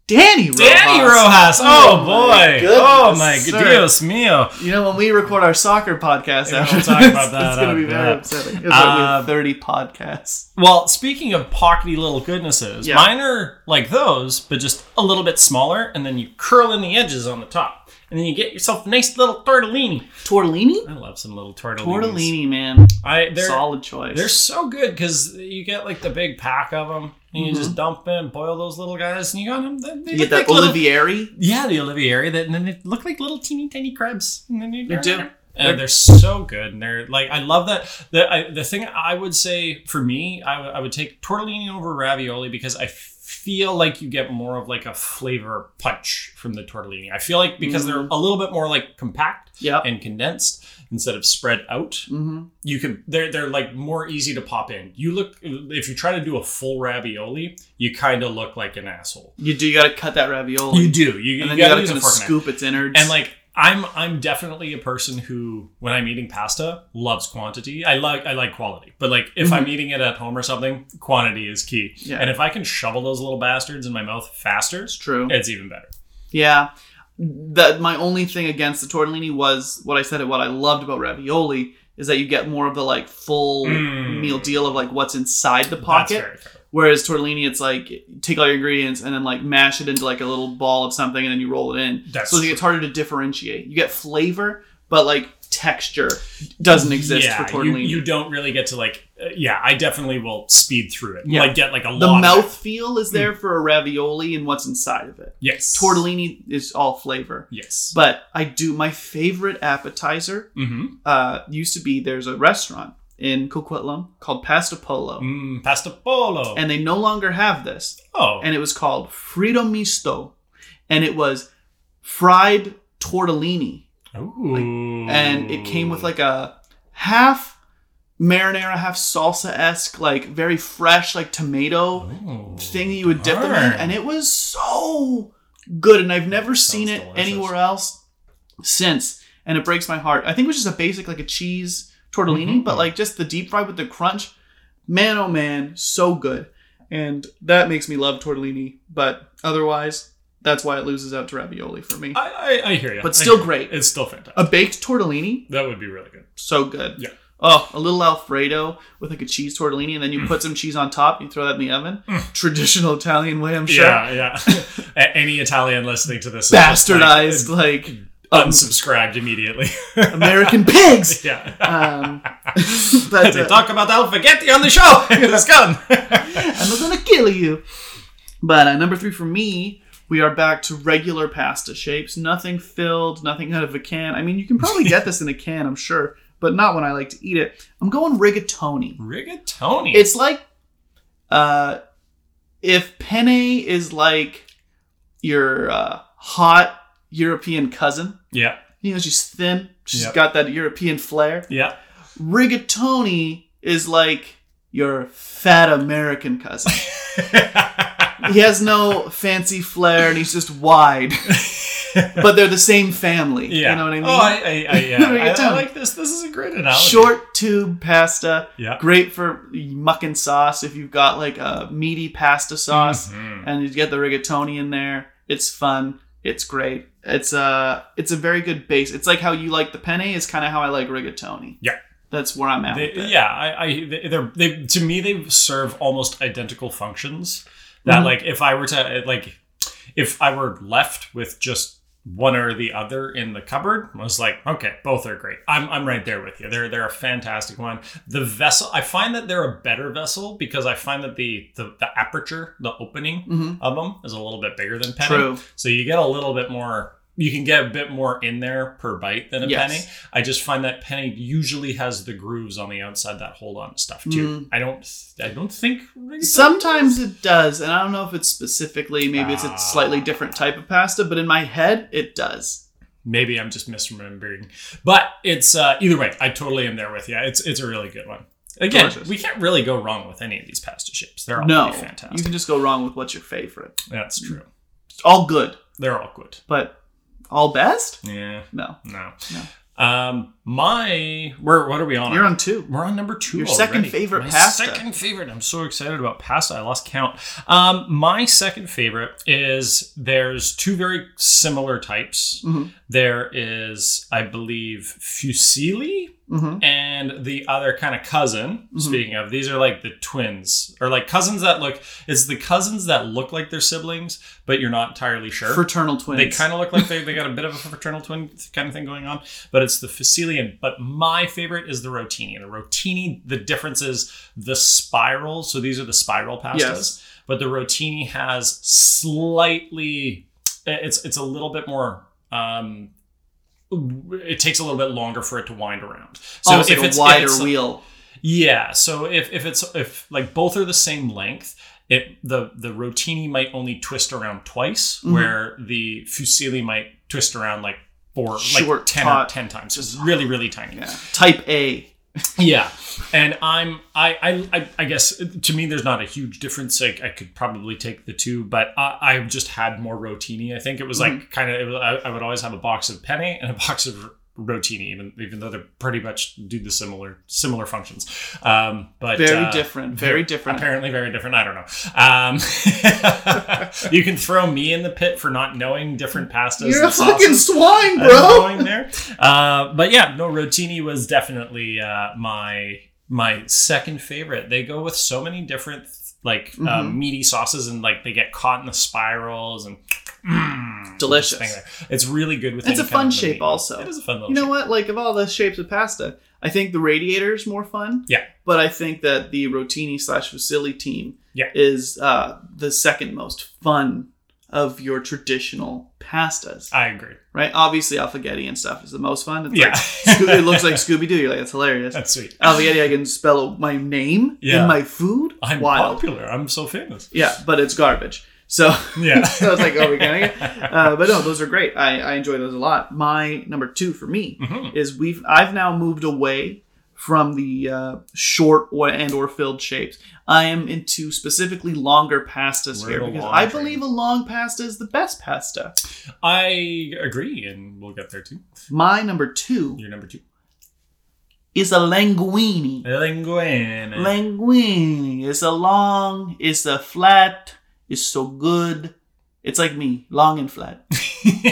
[SPEAKER 1] Danny Rojas.
[SPEAKER 2] Danny Rojas. Oh,
[SPEAKER 1] Oh my
[SPEAKER 2] boy.
[SPEAKER 1] goodness,
[SPEAKER 2] oh my good
[SPEAKER 1] sir.
[SPEAKER 2] Dios mío.
[SPEAKER 1] You know, when we record our soccer podcast
[SPEAKER 2] Yeah,
[SPEAKER 1] after
[SPEAKER 2] we'll talk about
[SPEAKER 1] this,
[SPEAKER 2] that uh,
[SPEAKER 1] it's going to be
[SPEAKER 2] after
[SPEAKER 1] very
[SPEAKER 2] that.
[SPEAKER 1] upsetting. It's like we have
[SPEAKER 2] Uh,
[SPEAKER 1] 30 podcasts.
[SPEAKER 2] Well, speaking of pockety little goodnesses,
[SPEAKER 1] Yeah.
[SPEAKER 2] mine are like those, but just a little bit smaller, and then you curl in the edges on the top, and then you get yourself a nice little tortellini.
[SPEAKER 1] Tortellini?
[SPEAKER 2] I love some little tortellinis.
[SPEAKER 1] Tortellini, man.
[SPEAKER 2] I they're
[SPEAKER 1] Solid choice.
[SPEAKER 2] they're so good because you get like the big pack of them, and you just dump them, boil those little guys, and you got them. They, they
[SPEAKER 1] Mm-hmm. You get
[SPEAKER 2] look
[SPEAKER 1] that
[SPEAKER 2] like little-
[SPEAKER 1] Olivieri.
[SPEAKER 2] Yeah, the Olivieri that and then they look like little teeny tiny crabs. And then you
[SPEAKER 1] They do.
[SPEAKER 2] And they're so good, and they're like I love that. The I, the thing I would say for me, I would- I would take tortellini over ravioli because I feel like you get more of like a flavor punch from the tortellini. I feel like because they're a little bit more like compact
[SPEAKER 1] Mm-hmm. Yep.
[SPEAKER 2] and condensed instead of spread out,
[SPEAKER 1] hmm
[SPEAKER 2] you can they're they're like more easy to pop in. You look if you try to do a full ravioli, you kind of look like an asshole.
[SPEAKER 1] You do. You got to cut that ravioli.
[SPEAKER 2] You do. You,
[SPEAKER 1] and
[SPEAKER 2] you
[SPEAKER 1] then you
[SPEAKER 2] gotta
[SPEAKER 1] got to
[SPEAKER 2] use a
[SPEAKER 1] kind of
[SPEAKER 2] fork and knife.
[SPEAKER 1] scoop its innards.
[SPEAKER 2] And like I'm I'm definitely a person who when I'm eating pasta loves quantity. I like I like quality. But like if I'm eating it at home or something, quantity is key.
[SPEAKER 1] Mm-hmm. Yeah.
[SPEAKER 2] And if I can shovel those little bastards in my mouth faster,
[SPEAKER 1] it's true.
[SPEAKER 2] it's even better.
[SPEAKER 1] Yeah. That my only thing against the tortellini was what I said. What I loved about ravioli is that you get more of the like full
[SPEAKER 2] Mm.
[SPEAKER 1] meal deal of like what's inside the
[SPEAKER 2] That's
[SPEAKER 1] pocket.
[SPEAKER 2] very fair.
[SPEAKER 1] Whereas tortellini, it's like take all your ingredients and then like mash it into like a little ball of something and then you roll it in.
[SPEAKER 2] That's
[SPEAKER 1] so I think
[SPEAKER 2] true.
[SPEAKER 1] it's harder to differentiate. You get flavor, but like texture doesn't exist
[SPEAKER 2] yeah,
[SPEAKER 1] for
[SPEAKER 2] you,
[SPEAKER 1] tortellini.
[SPEAKER 2] you don't really get to like uh, yeah, I definitely will speed through it.
[SPEAKER 1] Yeah.
[SPEAKER 2] Like get like a
[SPEAKER 1] the
[SPEAKER 2] lot of it.
[SPEAKER 1] mouth feel is there for a ravioli and what's inside of it.
[SPEAKER 2] Mm. Yes.
[SPEAKER 1] Tortellini is all flavor.
[SPEAKER 2] Yes.
[SPEAKER 1] But I do my favorite appetizer
[SPEAKER 2] mm-hmm.
[SPEAKER 1] uh, used to be there's a restaurant in Coquitlam called Pasta Polo.
[SPEAKER 2] Mm, pasta polo.
[SPEAKER 1] And they no longer have this.
[SPEAKER 2] oh.
[SPEAKER 1] And it was called Frito Misto. And it was fried tortellini.
[SPEAKER 2] Ooh.
[SPEAKER 1] And it came with like a half marinara, half salsa esque, like very fresh, like tomato.
[SPEAKER 2] Ooh.
[SPEAKER 1] thing that you would dip them in,
[SPEAKER 2] Darn.
[SPEAKER 1] and it was so good. And I've never seen it
[SPEAKER 2] Sounds delicious.
[SPEAKER 1] anywhere else since, and it breaks my heart. I think it was just a basic like a cheese tortellini,
[SPEAKER 2] Mhm.
[SPEAKER 1] but like just the deep fry with the crunch. Man, oh man, so good, and that makes me love tortellini. But otherwise, that's why it loses out to ravioli for me.
[SPEAKER 2] I, I, I hear you.
[SPEAKER 1] But still great.
[SPEAKER 2] It's still fantastic.
[SPEAKER 1] A baked tortellini,
[SPEAKER 2] that would be really good.
[SPEAKER 1] so good.
[SPEAKER 2] Yeah.
[SPEAKER 1] Oh, a little Alfredo with like a cheese tortellini, and then
[SPEAKER 2] Mm.
[SPEAKER 1] you put some cheese on top. You throw that in the oven. Traditional Italian way, I'm sure.
[SPEAKER 2] Yeah, yeah. A- Any Italian listening to this is just like, mm.
[SPEAKER 1] Bastardized like
[SPEAKER 2] unsubscribed immediately.
[SPEAKER 1] American pigs.
[SPEAKER 2] yeah.
[SPEAKER 1] Um, but,
[SPEAKER 2] they
[SPEAKER 1] uh,
[SPEAKER 2] talk about Alfaghetti on the show. Let's go.
[SPEAKER 1] I'm not gonna kill you. But uh, number three for me, we are back to regular pasta shapes. Nothing filled, nothing out of a can. I mean, you can probably get this in a can, I'm sure, but not when I like to eat it. I'm going rigatoni.
[SPEAKER 2] Rigatoni.
[SPEAKER 1] It's like uh, if penne is like your uh, hot European cousin.
[SPEAKER 2] yeah,
[SPEAKER 1] You know, she's thin. She's
[SPEAKER 2] Yep.
[SPEAKER 1] got that European flair.
[SPEAKER 2] yeah.
[SPEAKER 1] Rigatoni is like your fat American cousin. he has no fancy flair and he's just wide. but they're the same family.
[SPEAKER 2] Yeah.
[SPEAKER 1] You know what I mean?
[SPEAKER 2] Oh, I, I, I, yeah.
[SPEAKER 1] Rigatoni.
[SPEAKER 2] I, I like this. This is a great analogy.
[SPEAKER 1] Short tube pasta.
[SPEAKER 2] Yeah.
[SPEAKER 1] Great for mucking sauce if you've got like a meaty pasta sauce
[SPEAKER 2] Mhm.
[SPEAKER 1] and you get the rigatoni in there. It's fun. It's great. It's a it's a very good base. It's like how you like the penne is kind of how I like rigatoni.
[SPEAKER 2] Yeah.
[SPEAKER 1] That's where I'm at.
[SPEAKER 2] They-
[SPEAKER 1] with it.
[SPEAKER 2] yeah, I, I they- they're they to me they serve almost identical functions. That
[SPEAKER 1] Mhm.
[SPEAKER 2] like if I were to uh, like if I were left with just one or the other in the cupboard, I was like, okay, both are great. I'm I'm right there with you. They're they're a fantastic one. The vessel, I find that they're a better vessel because I find that the the, the aperture, the opening
[SPEAKER 1] Mhm.
[SPEAKER 2] of them is a little bit bigger than penny.
[SPEAKER 1] True.
[SPEAKER 2] So you get a little bit more. You can get a bit more in there per bite than a
[SPEAKER 1] Yes.
[SPEAKER 2] penny. I just find that penny usually has the grooves on the outside that hold on to stuff too. I don't. I don't think
[SPEAKER 1] Mm. Sometimes it does, and I don't know if it's specifically maybe it's
[SPEAKER 2] Ah.
[SPEAKER 1] a slightly different type of pasta, but in my head it does.
[SPEAKER 2] Maybe I'm just misremembering, but it's uh, either way. I totally am there with you. It's it's a really good one. Again,
[SPEAKER 1] Delicious.
[SPEAKER 2] we can't really go wrong with any of these pasta chips. They're all
[SPEAKER 1] no,
[SPEAKER 2] pretty
[SPEAKER 1] you
[SPEAKER 2] fantastic.
[SPEAKER 1] can just go wrong with what's your favorite.
[SPEAKER 2] That's true.
[SPEAKER 1] It's all good,
[SPEAKER 2] They're all good.
[SPEAKER 1] but all best?
[SPEAKER 2] Yeah.
[SPEAKER 1] No,
[SPEAKER 2] No.
[SPEAKER 1] No.
[SPEAKER 2] Um. My. Where. What are we on?
[SPEAKER 1] you're on two.
[SPEAKER 2] We're on number two.
[SPEAKER 1] Your second
[SPEAKER 2] already.
[SPEAKER 1] favorite
[SPEAKER 2] My
[SPEAKER 1] pasta.
[SPEAKER 2] Second favorite. I'm so excited about pasta. I lost count. Um, my second favorite is there's two very similar types.
[SPEAKER 1] Mhm.
[SPEAKER 2] There is, I believe, fusilli
[SPEAKER 1] Mm-hmm.
[SPEAKER 2] and the other kind of cousin.
[SPEAKER 1] Mhm.
[SPEAKER 2] Speaking of, these are like the twins or like cousins that look. It's the cousins that look like they're siblings, but you're not entirely sure.
[SPEAKER 1] Fraternal twins.
[SPEAKER 2] They kind of look like they, they got a bit of a fraternal twin kind of thing going on, but it's the Facilian. But my favorite is the Rotini. The Rotini, the difference is the spiral. So these are the spiral pastas,
[SPEAKER 1] Yes.
[SPEAKER 2] but the Rotini has slightly, it's it's a little bit more. Um, it takes a little bit longer for it to wind around. So
[SPEAKER 1] Almost
[SPEAKER 2] if
[SPEAKER 1] Oh, like
[SPEAKER 2] it's
[SPEAKER 1] a wider
[SPEAKER 2] if it's,
[SPEAKER 1] wheel.
[SPEAKER 2] yeah. So if if it's if like both are the same length, it the the rotini might only twist around twice,
[SPEAKER 1] Mhm.
[SPEAKER 2] where the fusilli might twist around like four, like
[SPEAKER 1] Short,
[SPEAKER 2] ten, or
[SPEAKER 1] taut.
[SPEAKER 2] ten times. It's really really tiny.
[SPEAKER 1] Yeah. Type A.
[SPEAKER 2] Yeah, and I'm I, I I I guess to me there's not a huge difference. Like I could probably take the two, but I, I've just had more rotini. I think it was like
[SPEAKER 1] Mm-hmm.
[SPEAKER 2] kind of I, I would always have a box of penne and a box of rotini, even even though they're pretty much do the similar similar functions. Um, but
[SPEAKER 1] Very
[SPEAKER 2] uh,
[SPEAKER 1] different. Very different.
[SPEAKER 2] Apparently, very different. I don't know. Um, you can throw me in the pit for not knowing different pastas.
[SPEAKER 1] You're
[SPEAKER 2] and
[SPEAKER 1] a fucking
[SPEAKER 2] sauces.
[SPEAKER 1] swine,
[SPEAKER 2] I'm
[SPEAKER 1] bro.
[SPEAKER 2] going there. Uh, but yeah, no, Rotini was definitely uh, my my second favorite. They go with so many different like uh,
[SPEAKER 1] Mhm.
[SPEAKER 2] meaty sauces, and like they get caught in the spirals and mm,
[SPEAKER 1] Delicious.
[SPEAKER 2] this thing there. It's really good with.
[SPEAKER 1] It's
[SPEAKER 2] any
[SPEAKER 1] a fun
[SPEAKER 2] kind of
[SPEAKER 1] shape
[SPEAKER 2] meat.
[SPEAKER 1] also.
[SPEAKER 2] It is a fun little.
[SPEAKER 1] You know
[SPEAKER 2] shape.
[SPEAKER 1] what? Like of all the shapes of pasta, I think the radiator is more fun.
[SPEAKER 2] Yeah.
[SPEAKER 1] But I think that the rotini slash fusilli team
[SPEAKER 2] Yeah.
[SPEAKER 1] is uh, the second most fun of your traditional pastas,
[SPEAKER 2] I agree.
[SPEAKER 1] right? Obviously, alfaghetti and stuff is the most fun. It's
[SPEAKER 2] Uh, Yeah,
[SPEAKER 1] Like, Scoo- it looks like Scooby Doo. You're like, that's hilarious.
[SPEAKER 2] that's sweet.
[SPEAKER 1] Alfaghetti, I can spell my name
[SPEAKER 2] Yeah.
[SPEAKER 1] in my food.
[SPEAKER 2] I'm
[SPEAKER 1] Wild.
[SPEAKER 2] popular. I'm so famous.
[SPEAKER 1] Yeah, but it's garbage. So.
[SPEAKER 2] Yeah.
[SPEAKER 1] I was like, oh, we're getting it. Uh, but no, those are great. I, I enjoy those a lot. My number two for me
[SPEAKER 2] Mhm.
[SPEAKER 1] is we've I've now moved away from the uh, short or and or filled shapes. I am into specifically longer pastas
[SPEAKER 2] We're
[SPEAKER 1] here
[SPEAKER 2] the
[SPEAKER 1] because
[SPEAKER 2] long
[SPEAKER 1] I
[SPEAKER 2] train.
[SPEAKER 1] believe a long pasta is the best pasta.
[SPEAKER 2] I agree, and we'll get there too.
[SPEAKER 1] My number two
[SPEAKER 2] You're number two.
[SPEAKER 1] is a linguine.
[SPEAKER 2] Linguine.
[SPEAKER 1] Linguine. It's a long. It's a flat. It's so good. It's like me, long and flat.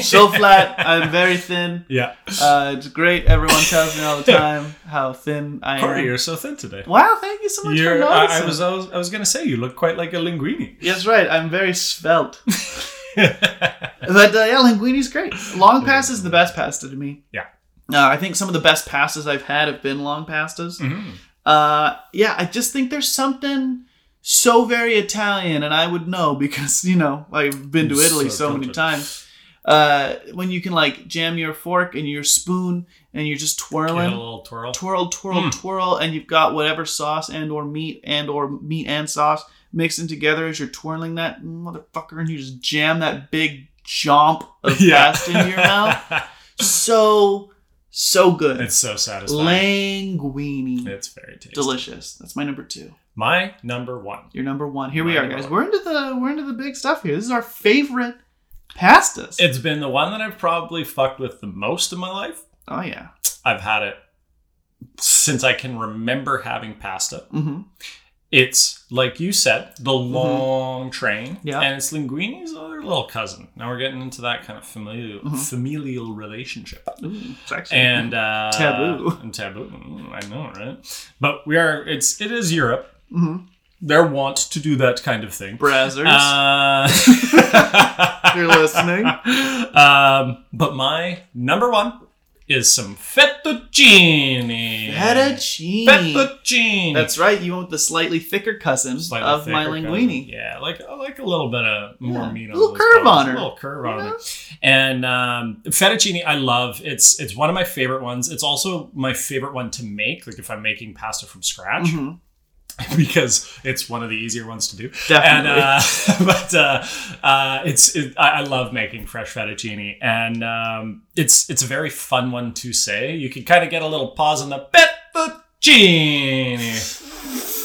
[SPEAKER 1] So flat, I'm very thin.
[SPEAKER 2] Yeah.
[SPEAKER 1] Uh, it's great. Everyone tells me all the time how thin I am.
[SPEAKER 2] Corey, you're so thin today.
[SPEAKER 1] Wow, thank you so much for
[SPEAKER 2] You're, I,
[SPEAKER 1] noticing.
[SPEAKER 2] I was I was, I was going to say you look quite like a linguini.
[SPEAKER 1] Yes, right. I'm very svelte. But uh, yeah, linguini's great. Long pass is the best pasta to me.
[SPEAKER 2] Yeah.
[SPEAKER 1] Uh, I think some of the best pastas I've had have been long pastas.
[SPEAKER 2] Mhm.
[SPEAKER 1] Uh, yeah, I just think there's something so very Italian, and I would know because you know I've been to
[SPEAKER 2] You're
[SPEAKER 1] Italy
[SPEAKER 2] Mm-hmm. so
[SPEAKER 1] so, many
[SPEAKER 2] comfortable.
[SPEAKER 1] times. Uh, when you can like jam your fork and your spoon, and you're just
[SPEAKER 2] Give it a
[SPEAKER 1] twirling,
[SPEAKER 2] little twirl.
[SPEAKER 1] twirl, twirl,
[SPEAKER 2] Mm.
[SPEAKER 1] twirl, and you've got whatever sauce and or meat and or meat and sauce mixing together as you're twirling that motherfucker, and you just jam that big jump of pasta in your mouth. So so good.
[SPEAKER 2] it's so satisfying.
[SPEAKER 1] Languini.
[SPEAKER 2] It's very tasty.
[SPEAKER 1] Delicious. That's my number two.
[SPEAKER 2] My number one.
[SPEAKER 1] Your number one. Here we
[SPEAKER 2] My
[SPEAKER 1] are,
[SPEAKER 2] number
[SPEAKER 1] guys.
[SPEAKER 2] one.
[SPEAKER 1] We're into the we're into the big stuff here. This is our favorite pastas.
[SPEAKER 2] It's been the one that I've probably fucked with the most in my life.
[SPEAKER 1] oh yeah.
[SPEAKER 2] I've had it since I can remember having pasta.
[SPEAKER 1] Mm-hmm.
[SPEAKER 2] It's like you said, the long train,
[SPEAKER 1] Yeah.
[SPEAKER 2] and it's linguini's other little cousin. Now we're getting into that kind of familial
[SPEAKER 1] Mhm.
[SPEAKER 2] familial relationship,
[SPEAKER 1] Ooh, sexy.
[SPEAKER 2] and uh,
[SPEAKER 1] Taboo.
[SPEAKER 2] and taboo. Mm, I know, right? But we are. It's it is Europe.
[SPEAKER 1] Mhm.
[SPEAKER 2] They're wont to do that kind of thing.
[SPEAKER 1] Brazzers.
[SPEAKER 2] Uh,
[SPEAKER 1] You're listening.
[SPEAKER 2] Um, but my number one is some fettuccine.
[SPEAKER 1] Fettuccine.
[SPEAKER 2] Um, Fettuccine.
[SPEAKER 1] That's right. You want the slightly thicker cousin
[SPEAKER 2] Slightly
[SPEAKER 1] of my
[SPEAKER 2] thicker
[SPEAKER 1] linguini.
[SPEAKER 2] kind of- Yeah, like I like a little bit of more
[SPEAKER 1] Yeah,
[SPEAKER 2] meat on
[SPEAKER 1] little
[SPEAKER 2] those
[SPEAKER 1] curve
[SPEAKER 2] bones,
[SPEAKER 1] on her,
[SPEAKER 2] A little curve
[SPEAKER 1] you
[SPEAKER 2] on
[SPEAKER 1] know?
[SPEAKER 2] it. And um, fettuccine, I love. It's it's one of my favorite ones. It's also my favorite one to make. Like if I'm making pasta from scratch,
[SPEAKER 1] Mhm,
[SPEAKER 2] because it's one of the easier ones to do and
[SPEAKER 1] Definitely.
[SPEAKER 2] uh, but uh, uh, it's it, I, I love making fresh fettuccine, and um, it's it's a very fun one to say. You can kind of get a little pause on the fettuccine.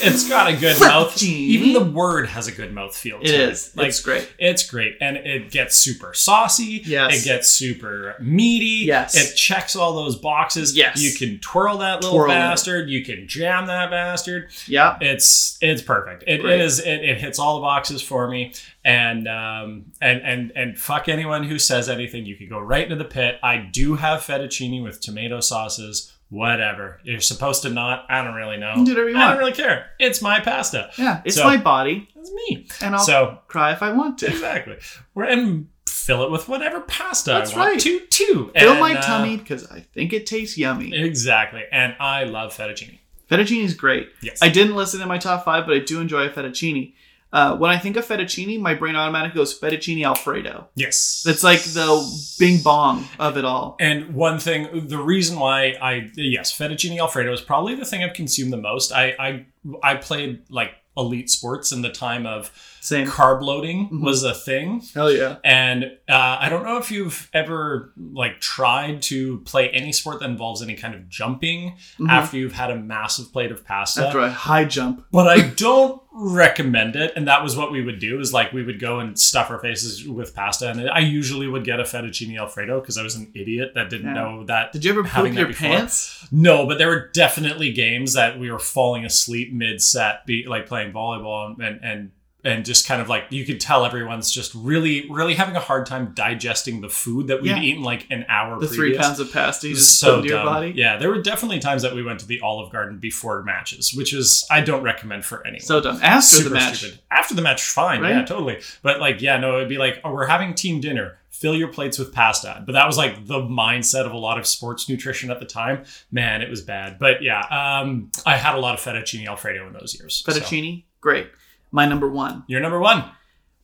[SPEAKER 2] It's got a good mouth.
[SPEAKER 1] Fettuccine.
[SPEAKER 2] Even the word has a good mouth feel.
[SPEAKER 1] it
[SPEAKER 2] to
[SPEAKER 1] is.
[SPEAKER 2] Like
[SPEAKER 1] it's great.
[SPEAKER 2] it's great, and it gets super saucy.
[SPEAKER 1] Yes.
[SPEAKER 2] It gets super meaty.
[SPEAKER 1] Yes.
[SPEAKER 2] It checks all those boxes.
[SPEAKER 1] Yes.
[SPEAKER 2] You can twirl that little
[SPEAKER 1] Twirl it.
[SPEAKER 2] bastard. You can jam that bastard
[SPEAKER 1] Yeah.
[SPEAKER 2] it's it's perfect. It
[SPEAKER 1] Great.
[SPEAKER 2] is- It, it hits all the boxes for me. And um and and and fuck anyone who says anything. You could go right into the pit. I do have fettuccine with tomato sauces. Whatever you're supposed to not. I don't really know.
[SPEAKER 1] You can do whatever you
[SPEAKER 2] I
[SPEAKER 1] want.
[SPEAKER 2] don't really care. It's my pasta.
[SPEAKER 1] Yeah. It's
[SPEAKER 2] So-
[SPEAKER 1] my body,
[SPEAKER 2] It's me.
[SPEAKER 1] and I'll
[SPEAKER 2] so
[SPEAKER 1] cry if I want to.
[SPEAKER 2] exactly. We're and fill it with whatever pasta
[SPEAKER 1] That's
[SPEAKER 2] I want
[SPEAKER 1] right.
[SPEAKER 2] to too.
[SPEAKER 1] Fill
[SPEAKER 2] And,
[SPEAKER 1] my
[SPEAKER 2] uh,
[SPEAKER 1] tummy because I think it tastes yummy.
[SPEAKER 2] exactly. And I love fettuccine.
[SPEAKER 1] Fettuccine is great.
[SPEAKER 2] Yes.
[SPEAKER 1] I didn't list it in my top five, but I do enjoy a fettuccine. Uh, when I think of fettuccine, my brain automatically goes fettuccine alfredo.
[SPEAKER 2] yes.
[SPEAKER 1] That's like the bing bong of it all.
[SPEAKER 2] And one thing, the reason why I yes, fettuccine alfredo is probably the thing I've consumed the most. I I I played like elite sports in the time of
[SPEAKER 1] Same.
[SPEAKER 2] carb loading
[SPEAKER 1] Mhm.
[SPEAKER 2] was a thing,
[SPEAKER 1] Hell yeah.
[SPEAKER 2] and uh, I don't know if you've ever like tried to play any sport that involves any kind of jumping
[SPEAKER 1] Mhm.
[SPEAKER 2] after you've had a massive plate of pasta
[SPEAKER 1] After a high jump.
[SPEAKER 2] but I don't recommend it. And that was what we would do is like we would go and stuff our faces with pasta. And I usually would get a fettuccine alfredo because I was an idiot that didn't
[SPEAKER 1] Yeah.
[SPEAKER 2] know that.
[SPEAKER 1] Did you ever poop
[SPEAKER 2] Having that
[SPEAKER 1] your
[SPEAKER 2] before?
[SPEAKER 1] pants?
[SPEAKER 2] No, but there were definitely games that we were falling asleep mid set, be like playing volleyball and, and, and and just kind of like you could tell everyone's just really, really having a hard time digesting the food that we'd
[SPEAKER 1] Yeah.
[SPEAKER 2] eaten like an hour
[SPEAKER 1] The
[SPEAKER 2] previous.
[SPEAKER 1] three pounds of pasta you
[SPEAKER 2] It
[SPEAKER 1] just
[SPEAKER 2] was
[SPEAKER 1] so
[SPEAKER 2] so
[SPEAKER 1] into your
[SPEAKER 2] dumb.
[SPEAKER 1] body?
[SPEAKER 2] Yeah, there were definitely times that we went to the Olive Garden before matches, which is I don't recommend for anyone.
[SPEAKER 1] So dumb. After the
[SPEAKER 2] Super
[SPEAKER 1] match.
[SPEAKER 2] stupid. After the match, fine.
[SPEAKER 1] Right?
[SPEAKER 2] Yeah, totally. But like, yeah, no, it'd be like, oh, we're having team dinner. Fill your plates with pasta. But that was like the mindset of a lot of sports nutrition at the time. Man, it was bad. But yeah, um, I had a lot of fettuccine alfredo in those years. so.
[SPEAKER 1] Fettuccine, great. My number one.
[SPEAKER 2] You're number one.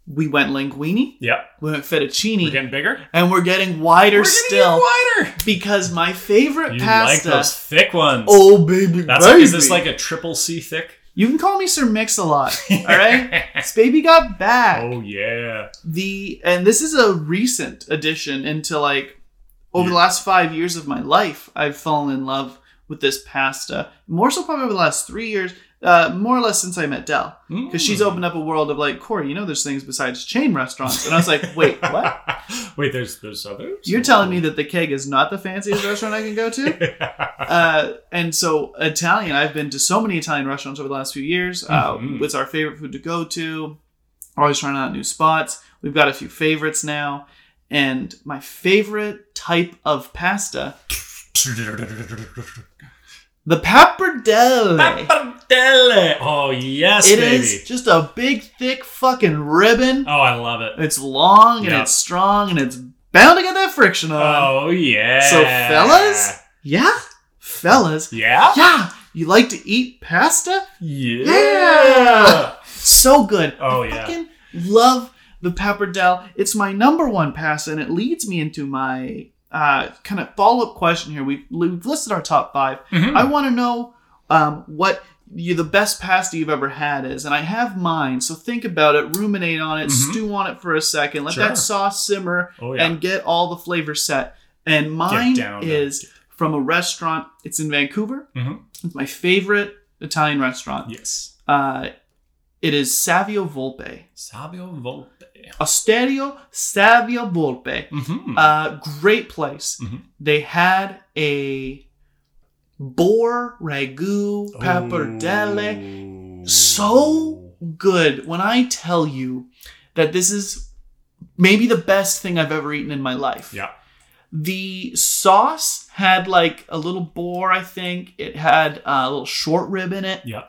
[SPEAKER 1] We went linguine,
[SPEAKER 2] Yep.
[SPEAKER 1] we went
[SPEAKER 2] We're
[SPEAKER 1] fettuccine,
[SPEAKER 2] getting bigger.
[SPEAKER 1] and we're getting wider
[SPEAKER 2] We're getting
[SPEAKER 1] still
[SPEAKER 2] wider.
[SPEAKER 1] because my favorite
[SPEAKER 2] You like
[SPEAKER 1] pasta.
[SPEAKER 2] those thick ones.
[SPEAKER 1] Oh baby,
[SPEAKER 2] That's
[SPEAKER 1] baby.
[SPEAKER 2] like, is this like a triple C thick?
[SPEAKER 1] You can call me Sir Mix a lot. All right. this baby got back.
[SPEAKER 2] Oh yeah.
[SPEAKER 1] The and this is a recent addition into like over the last five years of my life, I've fallen in love with this pasta. More so probably over the last three years, uh, more or less since I met Dell. Because
[SPEAKER 2] Hmm.
[SPEAKER 1] she's opened up a world of like, Corey, you know there's things besides chain restaurants. And I was like, wait, what?
[SPEAKER 2] Wait, there's there's others. Oh.
[SPEAKER 1] You're telling me that the keg is not the fanciest restaurant I can go to? uh, and so Italian, I've been to so many Italian restaurants over the last few years. Uh,
[SPEAKER 2] Mhm.
[SPEAKER 1] It's our favorite food to go to. Always trying out new spots. We've got a few favorites now. And my favorite type of pasta, the pappardelle.
[SPEAKER 2] Pappardelle. Oh yes,
[SPEAKER 1] It
[SPEAKER 2] baby.
[SPEAKER 1] is just a big, thick fucking ribbon.
[SPEAKER 2] Oh, I love it.
[SPEAKER 1] It's long and
[SPEAKER 2] Yeah.
[SPEAKER 1] it's strong and it's bound to get that friction on.
[SPEAKER 2] Oh yeah.
[SPEAKER 1] Uh, So, fellas? Yeah? Fellas,
[SPEAKER 2] Yeah.
[SPEAKER 1] yeah, you like to eat pasta?
[SPEAKER 2] Yeah.
[SPEAKER 1] So good.
[SPEAKER 2] Oh
[SPEAKER 1] I
[SPEAKER 2] yeah.
[SPEAKER 1] fucking love the pappardelle. It's my number one pasta, and it leads me into my uh, kind of follow up question here. We've, we've listed our top 5
[SPEAKER 2] Mhm.
[SPEAKER 1] I want to know um, what you the best pasta you've ever had is, and I have mine. So think about it, ruminate on it,
[SPEAKER 2] Mhm.
[SPEAKER 1] stew on it for a second, let
[SPEAKER 2] Sure.
[SPEAKER 1] that sauce simmer,
[SPEAKER 2] Oh yeah.
[SPEAKER 1] and get all the flavor set. And mine
[SPEAKER 2] down to-
[SPEAKER 1] is from a restaurant. It's in Vancouver.
[SPEAKER 2] Mhm.
[SPEAKER 1] It's my favorite Italian restaurant.
[SPEAKER 2] yes.
[SPEAKER 1] Uh, it is Savio Volpe.
[SPEAKER 2] Savio Volpe.
[SPEAKER 1] Osterio Savio Volpe.
[SPEAKER 2] Mm-hmm.
[SPEAKER 1] Uh, great place.
[SPEAKER 2] Mhm.
[SPEAKER 1] They had a boar
[SPEAKER 2] Oh,
[SPEAKER 1] ragu pappardelle. So good. When I tell you that this is maybe the best thing I've ever eaten in my life.
[SPEAKER 2] Yeah.
[SPEAKER 1] The sauce had like a little boar, I think. It had uh, a little short rib in it.
[SPEAKER 2] Yeah.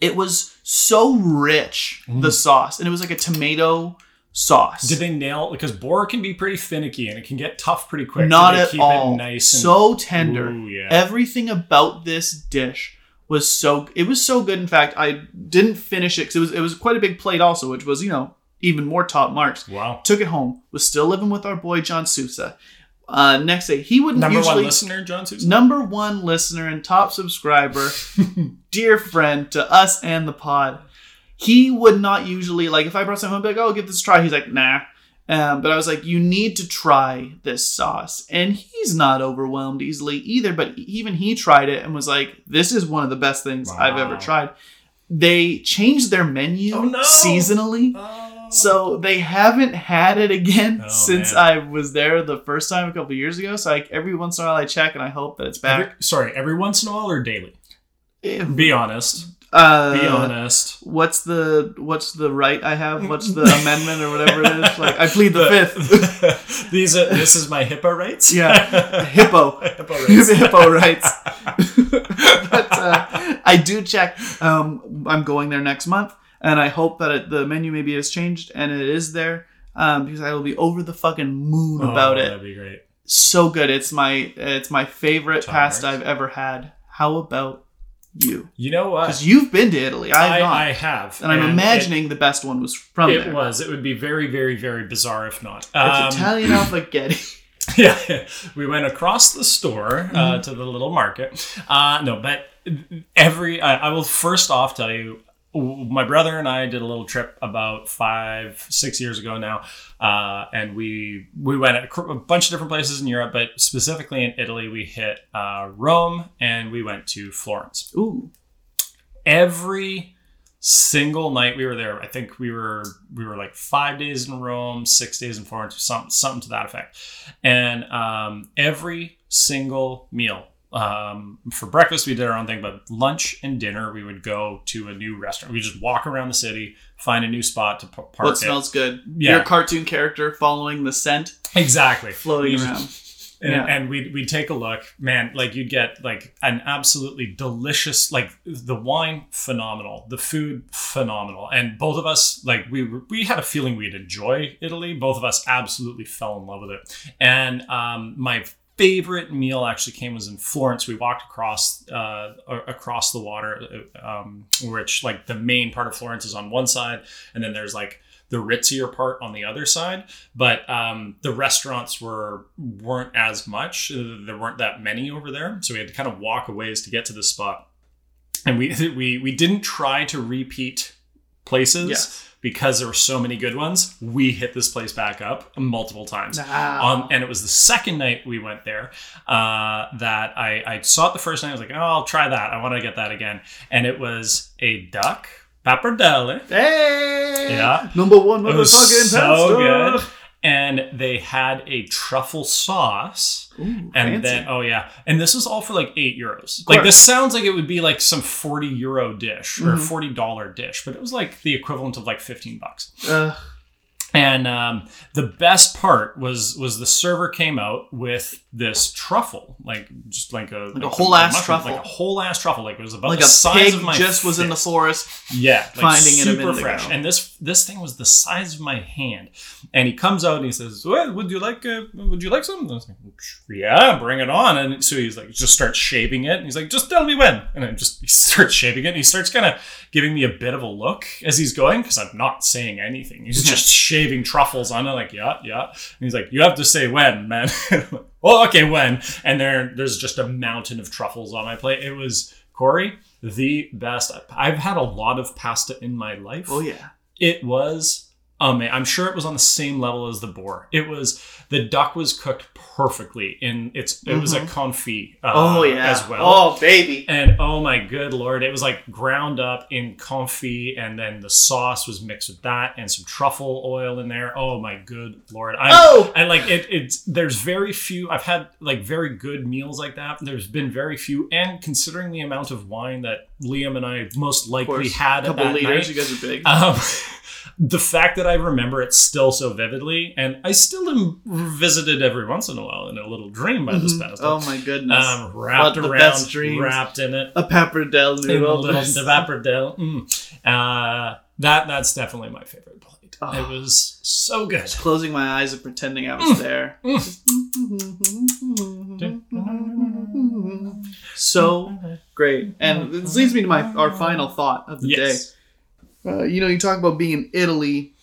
[SPEAKER 1] It was so rich, the
[SPEAKER 2] Mm.
[SPEAKER 1] sauce. And it was like a tomato sauce.
[SPEAKER 2] Did they nail? Because boar can be pretty finicky and it can get tough pretty quick. Did
[SPEAKER 1] Not
[SPEAKER 2] they
[SPEAKER 1] at
[SPEAKER 2] keep
[SPEAKER 1] all.
[SPEAKER 2] It nice and
[SPEAKER 1] so tender.
[SPEAKER 2] Ooh, yeah.
[SPEAKER 1] Everything about this dish was so it was so good. In fact, I didn't finish it because it was it was quite a big plate also, which was you know even more top marks.
[SPEAKER 2] wow.
[SPEAKER 1] Took it home. Was still living with our boy John Sousa. Uh, next day he wouldn't
[SPEAKER 2] Number
[SPEAKER 1] usually
[SPEAKER 2] one listener, John Susan.
[SPEAKER 1] number one listener and top subscriber, dear friend to us and the pod. He would not usually like if I brought something home, I'd be like, "Oh, give this a try." He's like, "Nah." Um, but I was like, "You need to try this sauce," and he's not overwhelmed easily either. But e-, even he tried it and was like, "This is one of the best things I've ever
[SPEAKER 2] Wow.
[SPEAKER 1] tried." They changed their menu
[SPEAKER 2] Oh, no.
[SPEAKER 1] seasonally.
[SPEAKER 2] Oh.
[SPEAKER 1] So they haven't had it again
[SPEAKER 2] Oh,
[SPEAKER 1] since
[SPEAKER 2] man.
[SPEAKER 1] I was there the first time a couple years ago. So like every once in a while I check and I hope that it's back.
[SPEAKER 2] Every, sorry, every once in a while or daily?
[SPEAKER 1] Ew.
[SPEAKER 2] Be honest.
[SPEAKER 1] Uh,
[SPEAKER 2] Be honest.
[SPEAKER 1] What's the what's the right I have? What's the amendment or whatever it is? Like I plead the fifth.
[SPEAKER 2] fifth. These are, this is my HIPAA rights.
[SPEAKER 1] Yeah. Hippo.
[SPEAKER 2] HIPAA
[SPEAKER 1] The
[SPEAKER 2] rights.
[SPEAKER 1] hippo rights. but uh, I do check. Um, I'm going there next month, and I hope that it, the menu maybe has changed and it is there um, because I will be over the fucking moon
[SPEAKER 2] Oh,
[SPEAKER 1] about it.
[SPEAKER 2] That'd be great.
[SPEAKER 1] so good. It's my it's my favorite
[SPEAKER 2] Tom
[SPEAKER 1] pasta
[SPEAKER 2] Hanks.
[SPEAKER 1] I've ever had. How about you?
[SPEAKER 2] You know what?
[SPEAKER 1] Because you've been to Italy, I've
[SPEAKER 2] I,
[SPEAKER 1] not,
[SPEAKER 2] I have.
[SPEAKER 1] and I'm
[SPEAKER 2] it-
[SPEAKER 1] imagining the best one was from
[SPEAKER 2] It,
[SPEAKER 1] there.
[SPEAKER 2] was. It would be very, very, very bizarre if not.
[SPEAKER 1] It's
[SPEAKER 2] Um,
[SPEAKER 1] Italian alphagetti.
[SPEAKER 2] yeah, we went across the store uh, to the little market. Uh, no, but every I, I will first off tell you, my brother and I did a little trip about five, six years ago now, uh, and we we went at a bunch of different places in Europe, but specifically in Italy, we hit uh, Rome and we went to Florence
[SPEAKER 1] Ooh,
[SPEAKER 2] every single night we were there i think we were we were like five days in rome six days in florence something something to that effect and um, every single meal um, for breakfast we did our own thing but lunch and dinner we would go to a new restaurant we just walk around the city find a new spot to p- park
[SPEAKER 1] what
[SPEAKER 2] it.
[SPEAKER 1] smells good?
[SPEAKER 2] Yeah.
[SPEAKER 1] Your cartoon character following the scent,
[SPEAKER 2] exactly
[SPEAKER 1] floating
[SPEAKER 2] We just-
[SPEAKER 1] around.
[SPEAKER 2] and,
[SPEAKER 1] Yeah.
[SPEAKER 2] and we'd, we'd take a look man like you'd get like an absolutely delicious like the wine phenomenal the food phenomenal and both of us like we were- we had a feeling we'd enjoy italy both of us absolutely fell in love with it and um, my favorite meal actually came was in florence we walked across uh, a- across the water uh, um, which like the main part of florence is on one side and then there's like the ritzier part on the other side but um, the restaurants were weren't as much. Uh, There weren't that many over there, so we had to kind of walk a ways to get to the spot. And we we we didn't try to repeat places
[SPEAKER 1] Yes.
[SPEAKER 2] because there were so many good ones. We hit this place back up multiple times.
[SPEAKER 1] Nah.
[SPEAKER 2] Um, and it was the second night we went there uh, that I, I saw it the first night. I was like, oh, I'll try that. I want to get that again. And it was a duck pappardelle.
[SPEAKER 1] hey,
[SPEAKER 2] Yeah.
[SPEAKER 1] number one
[SPEAKER 2] It was
[SPEAKER 1] motherfucking
[SPEAKER 2] so good.
[SPEAKER 1] pasta.
[SPEAKER 2] And they had a truffle sauce.
[SPEAKER 1] Ooh,
[SPEAKER 2] And
[SPEAKER 1] fancy.
[SPEAKER 2] then, oh yeah. And this was all for like eight euros.
[SPEAKER 1] course.
[SPEAKER 2] Like, this sounds like it would be like some 40 euro dish or
[SPEAKER 1] Mhm.
[SPEAKER 2] $40 dish, but it was like the equivalent of like 15 bucks.
[SPEAKER 1] Uh,
[SPEAKER 2] And um, the best part was was the server came out with this truffle, like just like a
[SPEAKER 1] a whole ass
[SPEAKER 2] mushroom,
[SPEAKER 1] truffle.
[SPEAKER 2] like a whole ass truffle, like it was about
[SPEAKER 1] Like
[SPEAKER 2] the
[SPEAKER 1] a
[SPEAKER 2] size
[SPEAKER 1] pig
[SPEAKER 2] of my
[SPEAKER 1] just was in the
[SPEAKER 2] fist.
[SPEAKER 1] forest.
[SPEAKER 2] Yeah, like
[SPEAKER 1] Finding it a
[SPEAKER 2] super
[SPEAKER 1] minute
[SPEAKER 2] fresh.
[SPEAKER 1] ago.
[SPEAKER 2] And this this thing was the size of my hand. And he comes out and he says, "Well, would you like uh, would you like some?" And I was like, "Yeah, bring it on." And so he's like, just starts shaping it. And he's like, "Just tell me when." And I just he starts shaping it. And he starts kind of giving me a bit of a look as he's going because I'm not saying anything. He's just shaving truffles on it. Like, yeah, yeah. And he's like, "You have to say when, man." oh, okay, when. And there there's just a mountain of truffles on my plate. It was Corey the best. I've had a lot of pasta in my life.
[SPEAKER 1] Oh yeah.
[SPEAKER 2] It was amazing. I'm sure it was on the same level as the boar. It was the duck was cooked perfectly in its. It was a confit. Uh,
[SPEAKER 1] Mm-hmm. Oh yeah.
[SPEAKER 2] as well.
[SPEAKER 1] Oh baby.
[SPEAKER 2] And oh my good lord, it was like ground up in confit, and then the sauce was mixed with that and some truffle oil in there. Oh my good lord. I'm,
[SPEAKER 1] Oh!
[SPEAKER 2] And like it, it's there's very few, I've had like very good meals like that. There's been very few, and considering the amount of wine that Liam and I most likely
[SPEAKER 1] course.
[SPEAKER 2] had
[SPEAKER 1] A
[SPEAKER 2] at
[SPEAKER 1] couple
[SPEAKER 2] that
[SPEAKER 1] leaders. You
[SPEAKER 2] night,
[SPEAKER 1] guys are big.
[SPEAKER 2] um, the fact that I remember it still so vividly, and I still am revisited every once in a while in a little dream by this
[SPEAKER 1] Mhm.
[SPEAKER 2] past.
[SPEAKER 1] Oh my goodness.
[SPEAKER 2] mm-hmm. um, wrapped
[SPEAKER 1] What the
[SPEAKER 2] around,
[SPEAKER 1] best dreams.
[SPEAKER 2] wrapped in it.
[SPEAKER 1] a pappardelle
[SPEAKER 2] They will
[SPEAKER 1] noodle.
[SPEAKER 2] little evaporated. Mm. Uh, that that's definitely my favorite plate.
[SPEAKER 1] Oh.
[SPEAKER 2] It was so good.
[SPEAKER 1] Closing my eyes and pretending I
[SPEAKER 2] Mm.
[SPEAKER 1] was there. so great, and this leads me to my our final thought of the day.
[SPEAKER 2] Yes.
[SPEAKER 1] Uh, you know, you talk about being in Italy,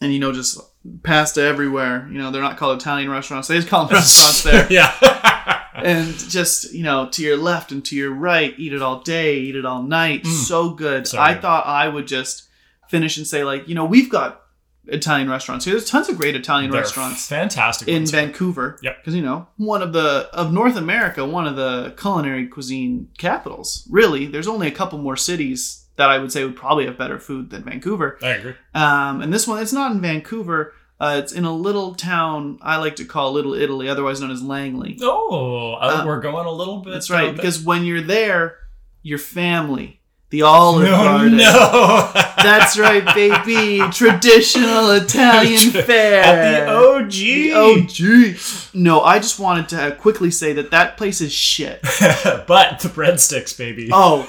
[SPEAKER 1] and you know, just pasta everywhere. You know, they're not called Italian restaurants; they just call them restaurants there.
[SPEAKER 2] yeah.
[SPEAKER 1] And just you know, to your left and to your right, eat it all day, eat it all night.
[SPEAKER 2] Mm.
[SPEAKER 1] So good.
[SPEAKER 2] So
[SPEAKER 1] I
[SPEAKER 2] good.
[SPEAKER 1] thought I would just finish and say, like, you know, we've got Italian restaurants here. There's tons of great Italian
[SPEAKER 2] They're
[SPEAKER 1] restaurants
[SPEAKER 2] Fantastic.
[SPEAKER 1] in
[SPEAKER 2] ones.
[SPEAKER 1] Vancouver.
[SPEAKER 2] Yep.
[SPEAKER 1] Because you know, one of the of North America, one of the culinary cuisine capitals. Really, there's only a couple more cities that I would say would probably have better food than Vancouver.
[SPEAKER 2] I agree.
[SPEAKER 1] Um, and this one, it's not in Vancouver. Uh, it's in a little town I like to call Little Italy, otherwise known as Langley.
[SPEAKER 2] Oh, uh,
[SPEAKER 1] Uh,
[SPEAKER 2] we're going a little bit.
[SPEAKER 1] That's
[SPEAKER 2] uh,
[SPEAKER 1] right,
[SPEAKER 2] bit-
[SPEAKER 1] because when you're there, your family, the Olive
[SPEAKER 2] no,
[SPEAKER 1] Garden.
[SPEAKER 2] no.
[SPEAKER 1] That's right, baby. Traditional Italian
[SPEAKER 2] At
[SPEAKER 1] fare.
[SPEAKER 2] At the OG.
[SPEAKER 1] The OG. No, I just wanted to quickly say that that place is shit.
[SPEAKER 2] but the breadsticks, baby.
[SPEAKER 1] Oh,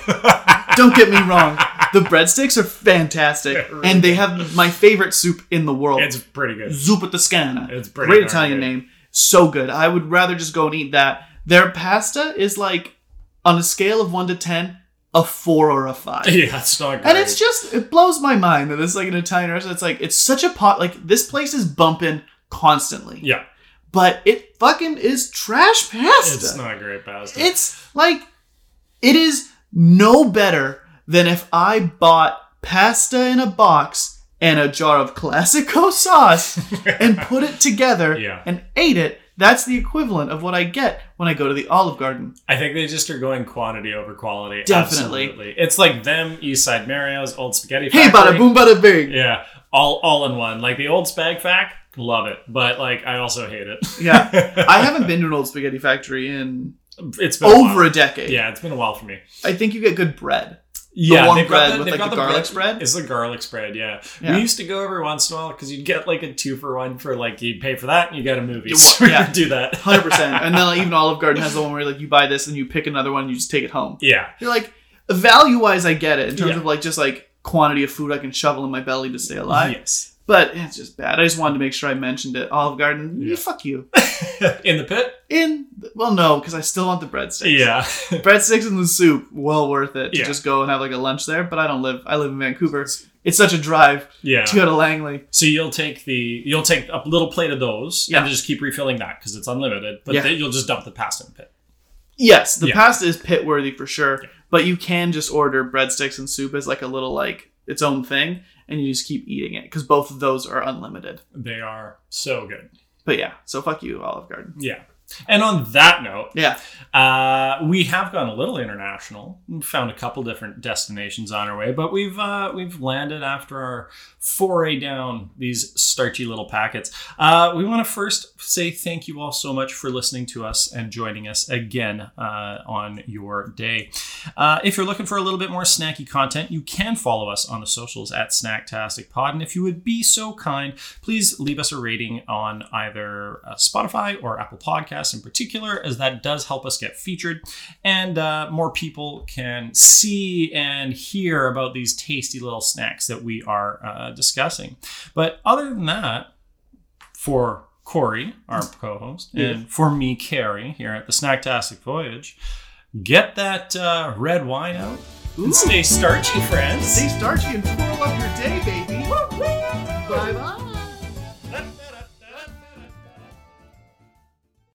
[SPEAKER 1] don't get me wrong. The breadsticks are fantastic,
[SPEAKER 2] They're really
[SPEAKER 1] and they have my favorite soup in the world.
[SPEAKER 2] it's pretty good.
[SPEAKER 1] Zuppa Toscana.
[SPEAKER 2] It's pretty
[SPEAKER 1] Great
[SPEAKER 2] darn
[SPEAKER 1] Italian
[SPEAKER 2] good.
[SPEAKER 1] name. So good. I would rather just go and eat that. Their pasta is like on a scale of one to ten, a four or a five.
[SPEAKER 2] Yeah, it's not. Great.
[SPEAKER 1] And it's just it blows my mind that it's like an Italian restaurant. It's like it's such a pot like this place is bumping constantly.
[SPEAKER 2] yeah,
[SPEAKER 1] But it fucking is trash pasta.
[SPEAKER 2] it's not great pasta.
[SPEAKER 1] It's like it is no better than if I bought pasta in a box and a jar of classico sauce and put it together
[SPEAKER 2] Yeah.
[SPEAKER 1] and ate it. That's the equivalent of what I get when I go to the Olive Garden.
[SPEAKER 2] I think they just are going quantity over quality.
[SPEAKER 1] Definitely.
[SPEAKER 2] Absolutely. It's like them, East Side Mario's, Old Spaghetti Factory.
[SPEAKER 1] Hey, bada boom, bada bing.
[SPEAKER 2] Yeah, all all in one. Like the Old Spag Fac, love it, but like I also hate it.
[SPEAKER 1] Yeah. I haven't been to an old spaghetti factory in
[SPEAKER 2] it's been a
[SPEAKER 1] over
[SPEAKER 2] while.
[SPEAKER 1] a decade.
[SPEAKER 2] Yeah, it's been a while for me.
[SPEAKER 1] I think you get good bread.
[SPEAKER 2] Yeah,
[SPEAKER 1] warm
[SPEAKER 2] they've got
[SPEAKER 1] bread
[SPEAKER 2] the-
[SPEAKER 1] with,
[SPEAKER 2] they've
[SPEAKER 1] like,
[SPEAKER 2] got
[SPEAKER 1] the garlic spread?
[SPEAKER 2] It's the garlic spread. Yeah.
[SPEAKER 1] Yeah.
[SPEAKER 2] we used to go every once in a while because you'd get like a two for one for like you'd pay for that and you got a movie.
[SPEAKER 1] You-
[SPEAKER 2] So we
[SPEAKER 1] yeah.
[SPEAKER 2] would do that.
[SPEAKER 1] 100%. and then like, even Olive Garden has the one where like you buy this and you pick another one and you just take it home.
[SPEAKER 2] yeah,
[SPEAKER 1] You're like, value wise, I get it in terms
[SPEAKER 2] Yeah.
[SPEAKER 1] of like just like quantity of food I can shovel in my belly to stay alive.
[SPEAKER 2] yes.
[SPEAKER 1] But it's just bad. I just wanted to make sure I mentioned it. Olive Garden, you
[SPEAKER 2] Yeah.
[SPEAKER 1] fuck you.
[SPEAKER 2] in the pit.
[SPEAKER 1] In well, no, because I still want the breadsticks.
[SPEAKER 2] Yeah.
[SPEAKER 1] breadsticks and the soup, well worth it to
[SPEAKER 2] Yeah.
[SPEAKER 1] just go and have like a lunch there. But I don't live. I live in Vancouver. It's such a drive
[SPEAKER 2] Yeah.
[SPEAKER 1] to go to Langley.
[SPEAKER 2] So you'll take the you'll take a little plate of those
[SPEAKER 1] Yeah.
[SPEAKER 2] and just keep refilling that because it's unlimited. But
[SPEAKER 1] Yeah.
[SPEAKER 2] then you'll just dump the pasta in the pit.
[SPEAKER 1] Yes, the
[SPEAKER 2] Yeah.
[SPEAKER 1] pasta is pit worthy for sure. But you can just order breadsticks and soup as like a little like its own thing, and you just keep eating it because both of those are unlimited.
[SPEAKER 2] They are so good.
[SPEAKER 1] But yeah, so fuck you, Olive Garden.
[SPEAKER 2] Yeah. And on that note,
[SPEAKER 1] Yeah.
[SPEAKER 2] uh, we have gone a little international. We found a couple different destinations on our way, but we've uh, we've landed after our foray down these starchy little packets. Uh, we want to first say thank you all so much for listening to us and joining us again uh, on your day. Uh, if you're looking for a little bit more snacky content, you can follow us on the socials at Snacktastic Pod. And if you would be so kind, please leave us a rating on either uh, Spotify or Apple Podcasts in particular, as that does help us get featured and uh, more people can see and hear about these tasty little snacks that we are uh, discussing. But other than that, for Corey, our co-host, and for me, Carrie, here at the Snacktastic Voyage. Get that uh, red wine out and
[SPEAKER 1] Ooh.
[SPEAKER 2] stay starchy, friends.
[SPEAKER 1] Stay starchy and full up your day, baby.